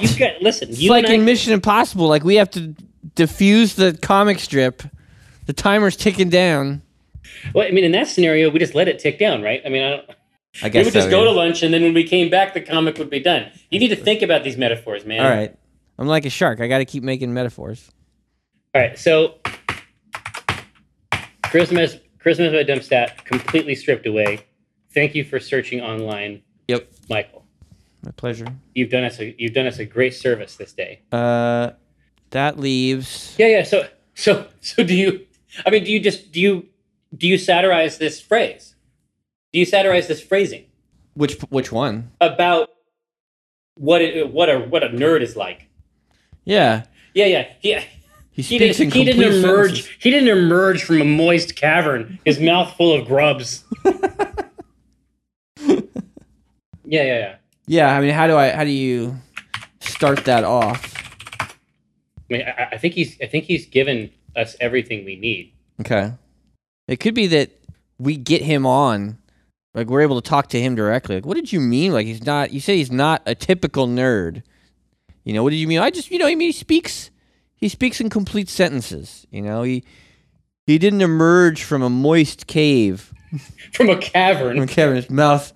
S1: You got listen.
S2: It's
S1: You
S2: like in
S1: and I,
S2: Mission Impossible. Like we have to diffuse the comic strip. The timer's ticking down.
S1: well, I mean, in that scenario, we just let it tick down, right? I mean, I don't,
S2: I
S1: we
S2: guess
S1: would just go to lunch, and then when we came back, the comic would be done. You need to think about these metaphors, man.
S2: All right. I'm like a shark. I got to keep making metaphors.
S1: All right, so Christmas, Christmas by Dumpstat completely stripped away. Thank you for searching online,
S2: Yep.
S1: Michael.
S2: My pleasure.
S1: You've done us a you've done us a great service this day.
S2: Uh, that leaves.
S1: Yeah, yeah. So, so, so, do you? I mean, do you just do you do you satirize this phrase? Do you satirize this phrasing
S2: Which which one?
S1: about what it, what a what a nerd is like?
S2: Yeah.
S1: Yeah, yeah, yeah.
S2: He
S1: He,
S2: speaks
S1: did,
S2: in
S1: he
S2: complete
S1: didn't emerge.
S2: sentences.
S1: He didn't emerge from a moist cavern, his mouth full of grubs. yeah, yeah, yeah.
S2: Yeah, I mean, how do I? How do you start that off?
S1: I mean, I, I think he's. I think he's given us everything we need.
S2: Okay. It could be that we get him on, like we're able to talk to him directly. Like, what did you mean? Like, he's not. You said he's not a typical nerd. You know, what did you mean? I just, you know, I mean, he speaks. He speaks in complete sentences. You know, he he didn't emerge from a moist cave.
S1: From a
S2: From
S1: cavern,
S2: Kevin's mouth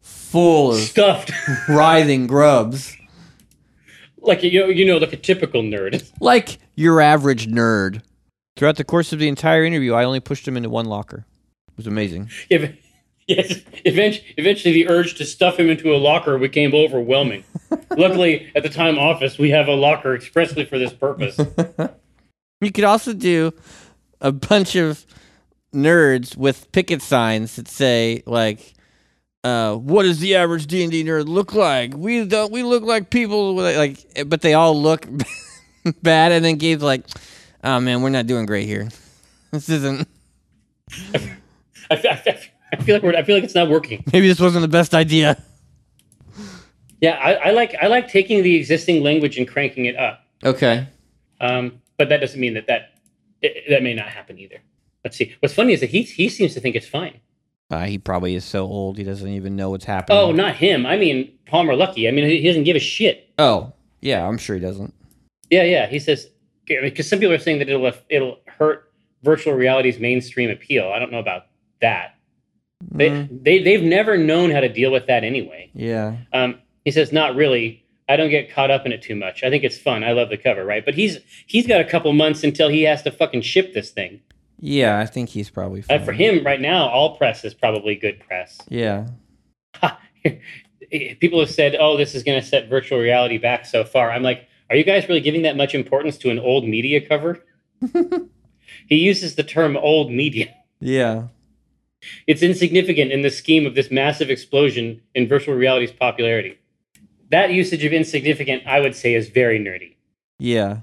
S2: full of
S1: stuffed (laughs)
S2: writhing grubs,
S1: like you know, you know, like a typical nerd. (laughs)
S2: like your average nerd. Throughout the course of the entire interview, I only pushed him into one locker. It was amazing.
S1: If, yes, eventually, eventually, the urge to stuff him into a locker became overwhelming. Luckily, at the time office, we have a locker expressly for this purpose.
S2: You could also do a bunch of nerds with picket signs that say like, uh, "What does the average D and D nerd look like? We don't. We look like people with, like, but they all look (laughs) bad." And then Gabe's like, "Oh man, we're not doing great here. (laughs) This isn't.
S1: I, fe- I, fe- I feel like we're, I feel like it's not working.
S2: Maybe this wasn't the best idea."
S1: Yeah, I, I like I like taking the existing language and cranking it up.
S2: Okay.
S1: Um, but that doesn't mean that that it, that may not happen either. Let's see. What's funny is that he he seems to think it's fine.
S2: Uh, he probably is so old he doesn't even know what's happening.
S1: Oh, not him. I mean Palmer Lucky. I mean he he doesn't give a shit.
S2: Oh, yeah, I'm sure he doesn't.
S1: Yeah, yeah. He says because some people are saying that it'll it'll hurt virtual reality's mainstream appeal. I don't know about that. They,
S2: Mm,
S1: they they've never known how to deal with that anyway.
S2: yeah.
S1: Um, he says, "Not really. I don't get caught up in it too much. I think it's fun. I love the cover, right?" But he's he's got a couple months until he has to fucking ship this thing.
S2: Yeah, I think he's probably
S1: Uh,
S2: fine.
S1: for him, right now, all press is probably good press.
S2: Yeah.
S1: Eh, People have said, "Oh, this is going to set virtual reality back so far." I'm like, "Are you guys really giving that much importance to an old media cover?" he uses the term "old media."
S2: Yeah.
S1: It's insignificant in the scheme of this massive explosion in virtual reality's popularity. That usage of insignificant, I would say, is very nerdy.
S2: Yeah.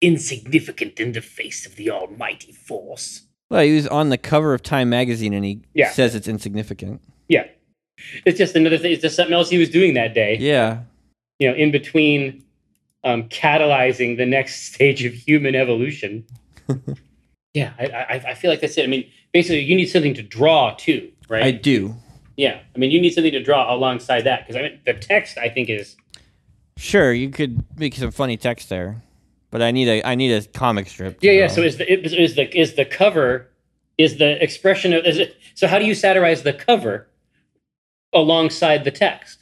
S1: insignificant in the face of the almighty force.
S2: Well, he was on the cover of Time magazine and he
S1: Yeah.
S2: says it's insignificant.
S1: It's just another thing. It's just something else he was doing that day.
S2: Yeah.
S1: you know, in between um, catalyzing the next (laughs) stage of human
S2: (laughs)
S1: evolution. yeah, I, I, I feel like that's it. I mean, basically, you need something to draw too, right?
S2: I do.
S1: yeah, I mean, you need something to draw alongside that because I mean, the text I think is
S2: Sure, you could make some funny text there, but I need a I need a comic strip.
S1: yeah, yeah. So is the is, is the is the cover is the expression of is it? So how do you satirize the cover alongside the text?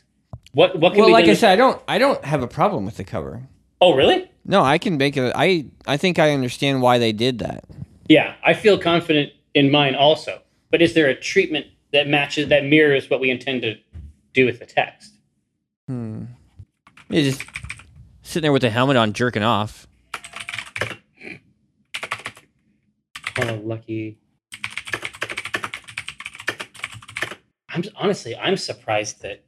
S1: What what can
S2: well,
S1: be
S2: like
S1: done
S2: I
S1: with-
S2: said, I don't I don't have a problem with the cover.
S1: Oh, really?
S2: No, I can make it. I I think I understand why they did that.
S1: Yeah, I feel confident in mine also. But is there a treatment that matches that mirrors what we intend to do with the text?
S2: You're just sitting there with the helmet on, jerking off.
S1: Oh, lucky. I'm honestly, I'm surprised that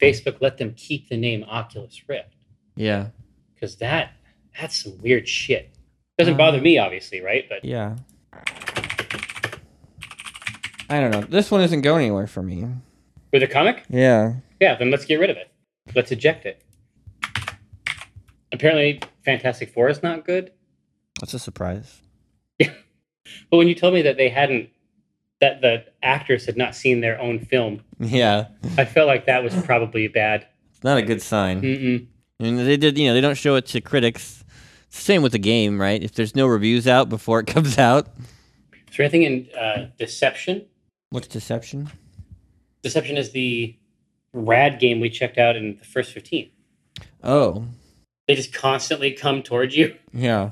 S1: Facebook let them keep the name Oculus Rift
S2: Yeah,
S1: because that that's some weird shit. Doesn't
S2: Uh,
S1: bother me, obviously, right? But
S2: yeah. I don't know. This one doesn't go anywhere for me.
S1: with a comic,
S2: Yeah.
S1: yeah. Then let's get rid of it. Let's eject it. Apparently, Fantastic Four is not good.
S2: That's a surprise. (laughs)
S1: But when you told me that they hadn't, that the actors had not seen their own film,
S2: Yeah.
S1: I felt like that was probably bad.
S2: It's not a good sign.
S1: Mm-mm.
S2: I mean, they did, you know, they don't show it to critics. It's the same with the game, right? If there's no reviews out before it (laughs) comes out.
S1: Is there anything in uh, Deception?
S2: What's deception?
S1: Deception is the rad game we checked out in the first 15.
S2: Oh,
S1: They just constantly come towards you (laughs)
S2: yeah.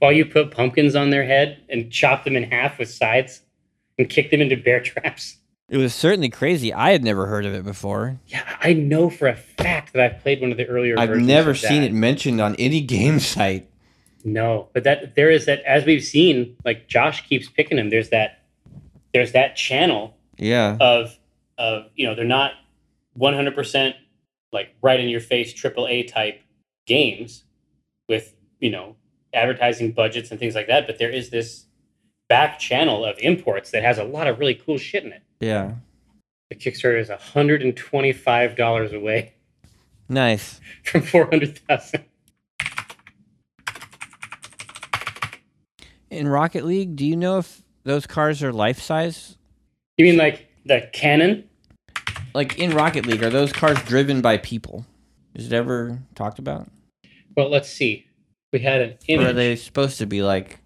S1: while you put pumpkins on their head and chop them in half with sides and kick them into bear traps.
S2: It was certainly crazy. I had never heard of it before.
S1: Yeah, I know for a fact that I've played one of the earlier
S2: I've
S1: versions
S2: never
S1: of that.
S2: seen it mentioned on any (laughs) game site.
S1: No, but that there is that as we've seen, like Josh keeps picking him. There's that there's that channel
S2: Yeah.
S1: of of you know they're not 100 percent like right in your face triple A type games with you know advertising budgets and things like that. But there is this back channel of imports that has a lot of really cool shit in it.
S2: Yeah.
S1: The Kickstarter is 125 dollars away (laughs)
S2: Nice.
S1: from 400,000.
S2: In Rocket League, do you know if those cars are life size?
S1: You mean like the cannon?
S2: Like in Rocket League, are those cars driven by people? Is it ever talked about?
S1: Well, let's see. We had an
S2: Or are
S1: image.
S2: they supposed to be like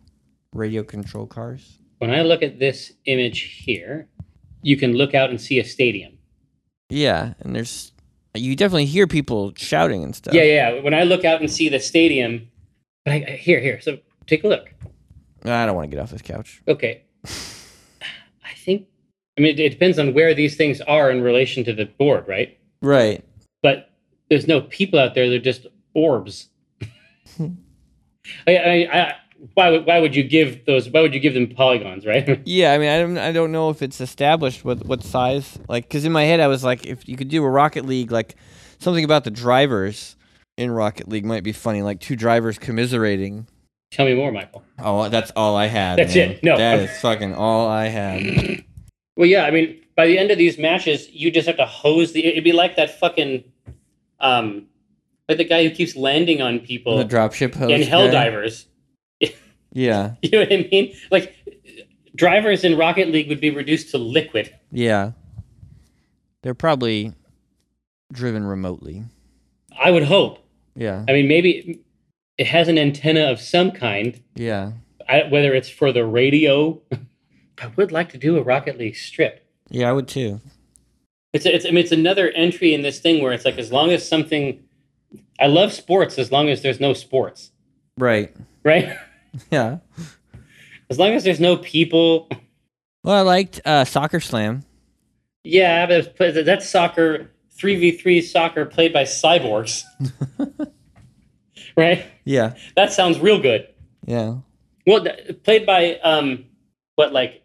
S2: radio control cars?
S1: when I look at this image here, you can look out and see a stadium.
S2: Yeah, and there's you definitely hear people shouting and stuff.
S1: Yeah, yeah. yeah. When I look out and see the stadium, but I, I- here, here. So take a look.
S2: I don't want to get off this couch.
S1: Okay. I think. I mean, it, it depends on where these things are in relation to the board, right?
S2: Right.
S1: But there's no people out there. They're just orbs. I, I, I, why would why would you give those? Why would you give them polygons, right? (laughs)
S2: Yeah, I mean, I don't, I don't know if it's established what what size. Like, because in my head, I was like, if you could do a Rocket League, like something about the drivers in Rocket League might be funny, like two drivers commiserating.
S1: Tell me more, Michael.
S2: Oh, that's all I had.
S1: That's
S2: man.
S1: it. No.
S2: that is fucking all I had.
S1: Well, yeah, I mean, by the end of these matches, you just have to hose the. It'd be like that fucking, um, like the guy who keeps landing on people
S2: the dropship host.
S1: in Hell
S2: guy.
S1: Divers.
S2: Yeah,
S1: (laughs) You know what I mean? Like, drivers in Rocket League would be reduced to liquid.
S2: yeah. They're probably driven remotely.
S1: I would hope.
S2: Yeah,
S1: I mean, maybe it has an antenna of some kind,
S2: yeah,
S1: I, whether it's for the radio. (laughs) I would like to do a Rocket League strip.
S2: yeah. I would too.
S1: It's it's I mean it's another entry in this thing where it's like as long as something, I love sports as long as there's no sports,
S2: Right. (laughs)
S1: right? (laughs)
S2: Yeah.
S1: As long as there's no people.
S2: Well, I liked uh, Soccer Slam.
S1: Yeah, but it's- but that's soccer, 3v3 soccer played by cyborgs. (laughs) right?
S2: Yeah.
S1: That sounds real good.
S2: Yeah.
S1: Well, th- played by, um, what, like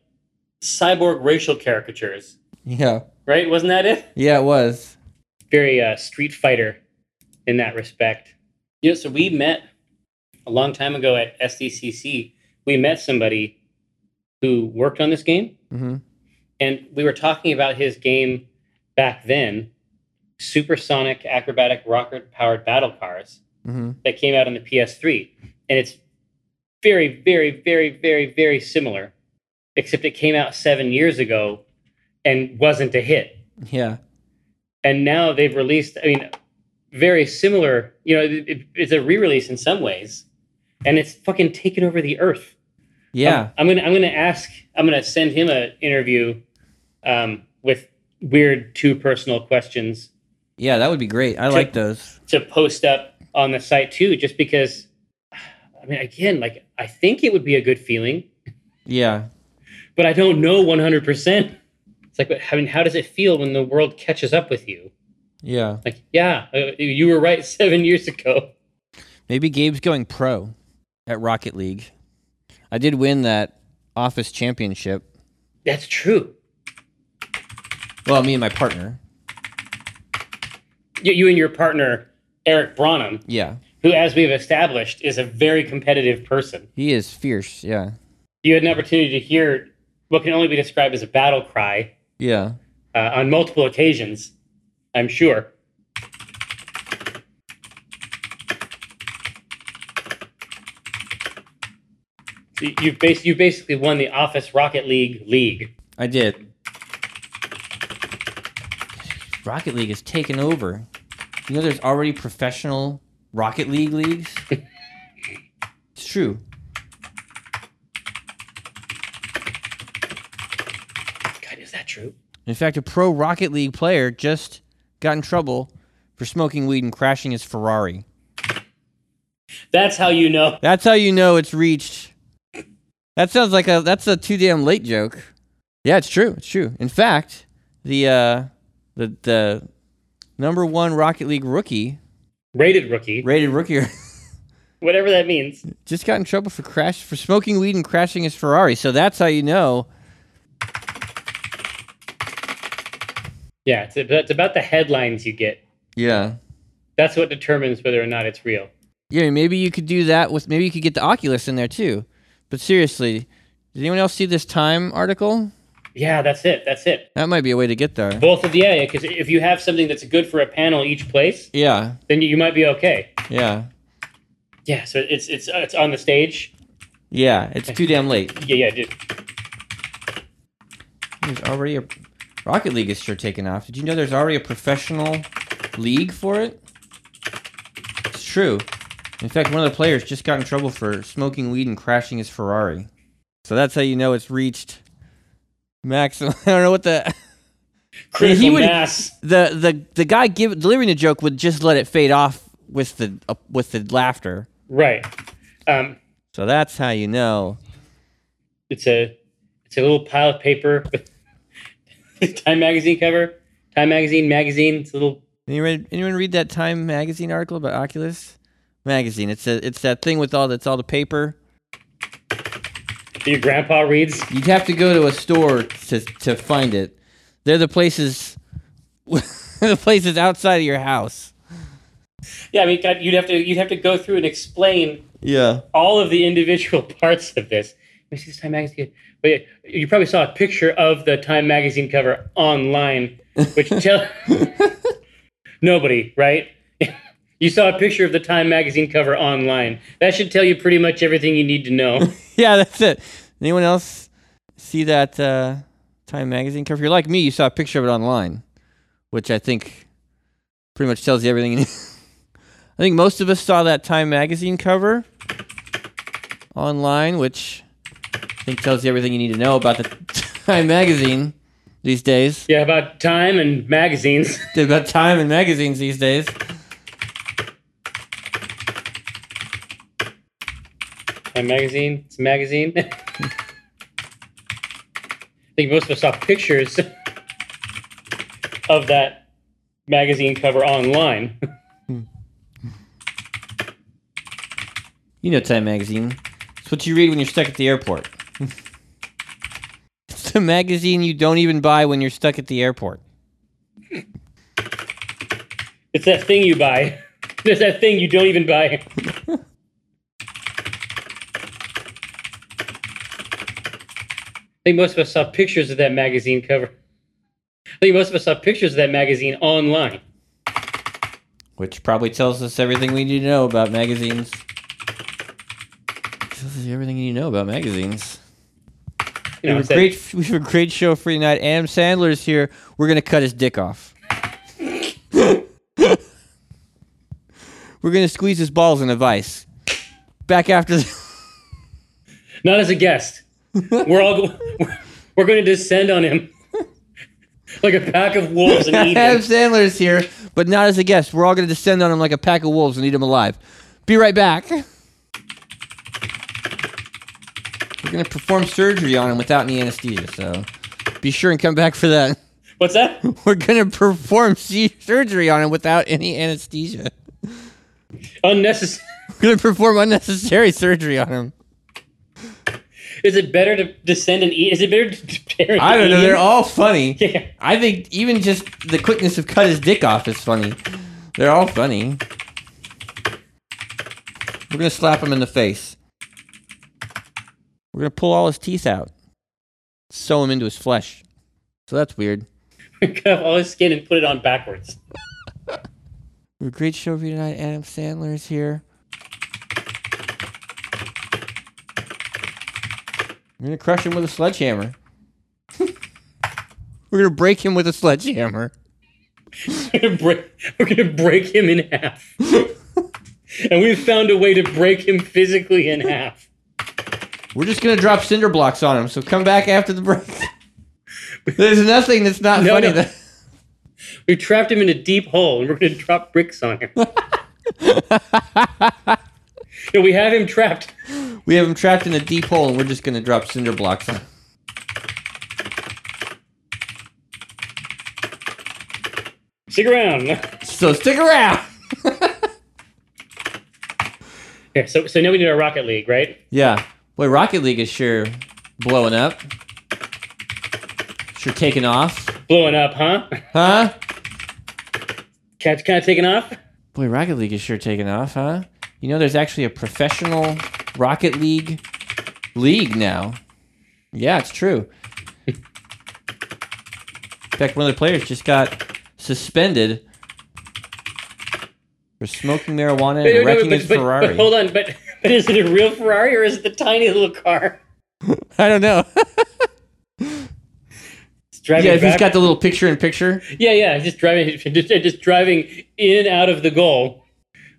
S1: cyborg racial caricatures,
S2: Yeah.
S1: right? Wasn't that it?
S2: Yeah, it was.
S1: Very uh, Street Fighter in that respect. You know, so we met a long time ago at SDCC. We met somebody who worked on this game.
S2: Mm-hmm.
S1: and we were talking about his game back then supersonic acrobatic rocket powered battle cars
S2: Mm-hmm.
S1: that came out on the PS3. And it's very, very, very, very, very similar, except it came out seven years ago and wasn't a hit.
S2: Yeah.
S1: And now they've released, I mean, very similar, you know, it, it- it's a re release in some ways. And it's fucking taken over the earth.
S2: Yeah.
S1: I'm, I'm gonna I'm gonna ask I'm gonna send him an interview um, with weird too personal questions
S2: yeah. That would be great. I like those.
S1: to post up on the site too, just because. I mean, again, like I think it would be a good feeling,
S2: Yeah.
S1: but I don't know 100. percent It's like, I mean, how does it feel when the world catches up with you?
S2: Yeah.
S1: Like, yeah, uh, you were right (laughs) seven years ago.
S2: Maybe Gabe's going pro at Rocket League. I did win that office championship.
S1: That's true.
S2: Well, me and my partner.
S1: You, you and your partner Eric Bronham,
S2: Yeah.
S1: who, as we've established, is a very competitive person.
S2: He is fierce. Yeah.
S1: you had an opportunity to hear what can only be described as a battle cry
S2: Yeah.
S1: uh, on multiple occasions, I'm sure. So you- You've, bas- you basically won the Office Rocket League League.
S2: I did. Rocket League is taking over. You know, there's already professional Rocket League leagues. it's true.
S1: God, is that true?
S2: In fact, a pro Rocket League player just got in trouble for smoking weed and crashing his Ferrari.
S1: That's how you know.
S2: That's how you know it's reached. That sounds like a that's a too damn late joke. Yeah, it's true. It's true. In fact, the uh, the the number one Rocket League rookie,
S1: Rated rookie,
S2: rated rookie,
S1: whatever that means.
S2: just got in trouble for crash for smoking weed and crashing his Ferrari. So that's how you know.
S1: Yeah, it's, it's about the headlines you get.
S2: Yeah.
S1: That's what determines whether or not it's real.
S2: Yeah. Maybe you could do that with. Maybe you could get the Oculus in there too. But seriously, did anyone else see this Time article?
S1: Yeah, that's it. That's it.
S2: That might be a way to get there.
S1: Both of the, yeah, because if you have something that's good for a panel each place,
S2: Yeah.
S1: then you, you might be okay.
S2: Yeah.
S1: Yeah, so it's it's uh, it's on the stage.
S2: Yeah. It's too damn late.
S1: Yeah, yeah, dude.
S2: There's already a Rocket League is sure taking off. Did you know there's already a professional league for it? It's true. In fact, one of the players just got in trouble for smoking weed and crashing his Ferrari. So that's how you know it's reached maximum. (laughs) I don't know what the
S1: critical
S2: he would-
S1: mass.
S2: the the the guy give, delivering the joke would just let it fade off with the uh, with the laughter.
S1: Right. Um,
S2: So that's how you know.
S1: it's a it's a little pile of paper with (laughs) Time magazine cover. Time magazine magazine. It's a little
S2: Anyone anyone read that Time magazine article about Oculus magazine? It's a, it's that thing with all that's all the paper.
S1: that your grandpa reads.
S2: You'd have to go to a store to to find it. They're the places, (laughs) the places outside of your house.
S1: Yeah, I mean, God, you'd have to you'd have to go through and explain
S2: Yeah.
S1: all of the individual (laughs) parts of this. Let me see this Time magazine. But yeah, you probably saw a picture of the Time magazine cover online, which tell nobody, right? (laughs) you saw a picture of the Time magazine cover online. That should tell you pretty much everything you need to know.
S2: Yeah, that's it. Anyone else see that uh, Time magazine cover? If you're like me, you saw a picture of it online, which I think pretty much tells you everything. you need. (laughs) I think most of us saw that Time magazine cover online, which I think tells you everything you need to know about the (laughs) Time magazine these days.
S1: yeah, about time and magazines.
S2: about time in magazines these days.
S1: time magazine. It's a magazine. (laughs) I think most of us saw pictures (laughs) of that magazine cover online.
S2: You know Time magazine. It's what you read when you're stuck at the airport. (laughs) it's the magazine you don't even buy when you're stuck at the airport.
S1: It's that thing you buy. (laughs) There's that thing you don't even buy. I think most of us saw pictures of that magazine cover. I think most of us saw pictures of that magazine online.
S2: which probably tells us everything we need to know about magazines. Tells us everything you need to know about magazines.
S1: You know,
S2: we,
S1: it's
S2: have a
S1: that-
S2: great, we have a great show for you tonight. Adam Sandler's here. We're gonna cut his dick off. (laughs) We're gonna squeeze his balls in a vice. Back after. The-
S1: not as a guest. We're all go- (laughs) we're going to descend on him (laughs) like a pack of wolves and
S2: (laughs)
S1: eat
S2: Adam
S1: him.
S2: Sandler's here, but not as a guest. We're all gonna descend on him like a pack of wolves and eat him alive. Be right back. We're gonna perform surgery on him without any anesthesia, so be sure and come back for that. (laughs)
S1: What's that?
S2: We're gonna perform (laughs) se- surgery on him without any anesthesia.
S1: Unnecessary.
S2: gonna perform unnecessary (laughs) surgery on him.
S1: Is it better to descend and eat? Is it better to (laughs) parent?
S2: I don't
S1: eat
S2: know. They're
S1: him?
S2: all (laughs) funny.
S1: (laughs) Yeah.
S2: I think even just the quickness of cut his dick off is funny. They're all funny. We're gonna slap him in the face. We're gonna pull all his teeth out, sew him into his flesh. So that's weird.
S1: (laughs) Cut off all his skin and put it on backwards.
S2: We have a great show for you tonight. Adam Sandler is here. We're gonna crush him with a sledgehammer. (laughs) We're gonna break him with a sledgehammer.
S1: We're gonna break, we're gonna break him in
S2: (laughs)
S1: half. and we've found a way to break him physically in half.
S2: We're just gonna drop cinder blocks on him. So come back after the break. (laughs) There's nothing that's not
S1: No,
S2: funny.
S1: no.
S2: that-
S1: We trapped him in a deep hole and we're gonna drop bricks on him.
S2: (laughs)
S1: no, we have him trapped.
S2: We have him trapped in a deep hole, and we're just gonna drop cinder blocks on. him.
S1: Stick around.
S2: So stick around.
S1: Yeah, so so now we need our Rocket League, right?
S2: Yeah. Boy, Rocket League is sure blowing up. Sure taking off,
S1: Blowing up, huh?
S2: huh?
S1: Cat's kind of taking off.
S2: Boy, Rocket League is sure taking off, huh? You know, there's actually a professional Rocket League league now. Yeah, it's true. In fact, one of the players just got suspended for smoking marijuana
S1: Wait, wait, wait,
S2: and wrecking
S1: but,
S2: his
S1: but-
S2: Ferrari.
S1: but hold on, but, but is it a real Ferrari or is it the tiny little car?
S2: I
S1: (laughs)
S2: don't know.
S1: It's driving
S2: yeah, if he's
S1: back-
S2: got the little picture in picture.
S1: Yeah, yeah, just driving, (laughs) just, just driving in and out of the goal.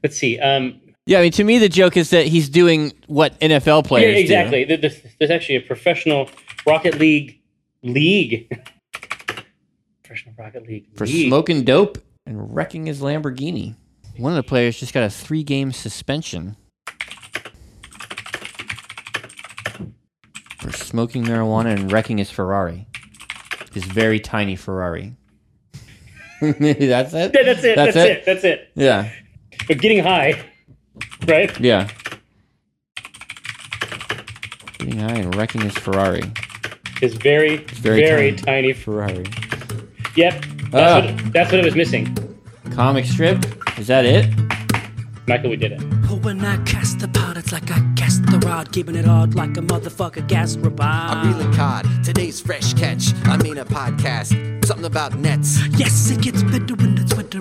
S1: Let's see. Um,
S2: Yeah, I mean, to me, the joke is that he's doing what NFL
S1: yeah,
S2: players
S1: exactly. Th- this- There's actually a professional Rocket League league. (laughs) professional Rocket League
S2: for
S1: league.
S2: smoking dope and wrecking his Lamborghini. One of the players just got a three game suspension for smoking marijuana and wrecking his Ferrari. His very tiny Ferrari. Maybe (laughs) that's it?
S1: (laughs) Yeah, that's it. That's, it. That's it.
S2: Yeah.
S1: But getting high, right?
S2: Yeah. Getting high and wrecking his Ferrari.
S1: Is very,
S2: very
S1: very, tiny.
S2: Ferrari.
S1: Yep. That's,
S2: Ah.
S1: what, that's what it was missing.
S2: Comic strip? Is that it?
S1: Michael, we did it.
S3: But when I cast the pot, it's like I cast the rod, keeping it hard like a motherfucker gas robot.
S4: I'm reeling cod. Today's fresh catch. I mean a podcast. Something about nets.
S3: Yes, it gets better when it's winter.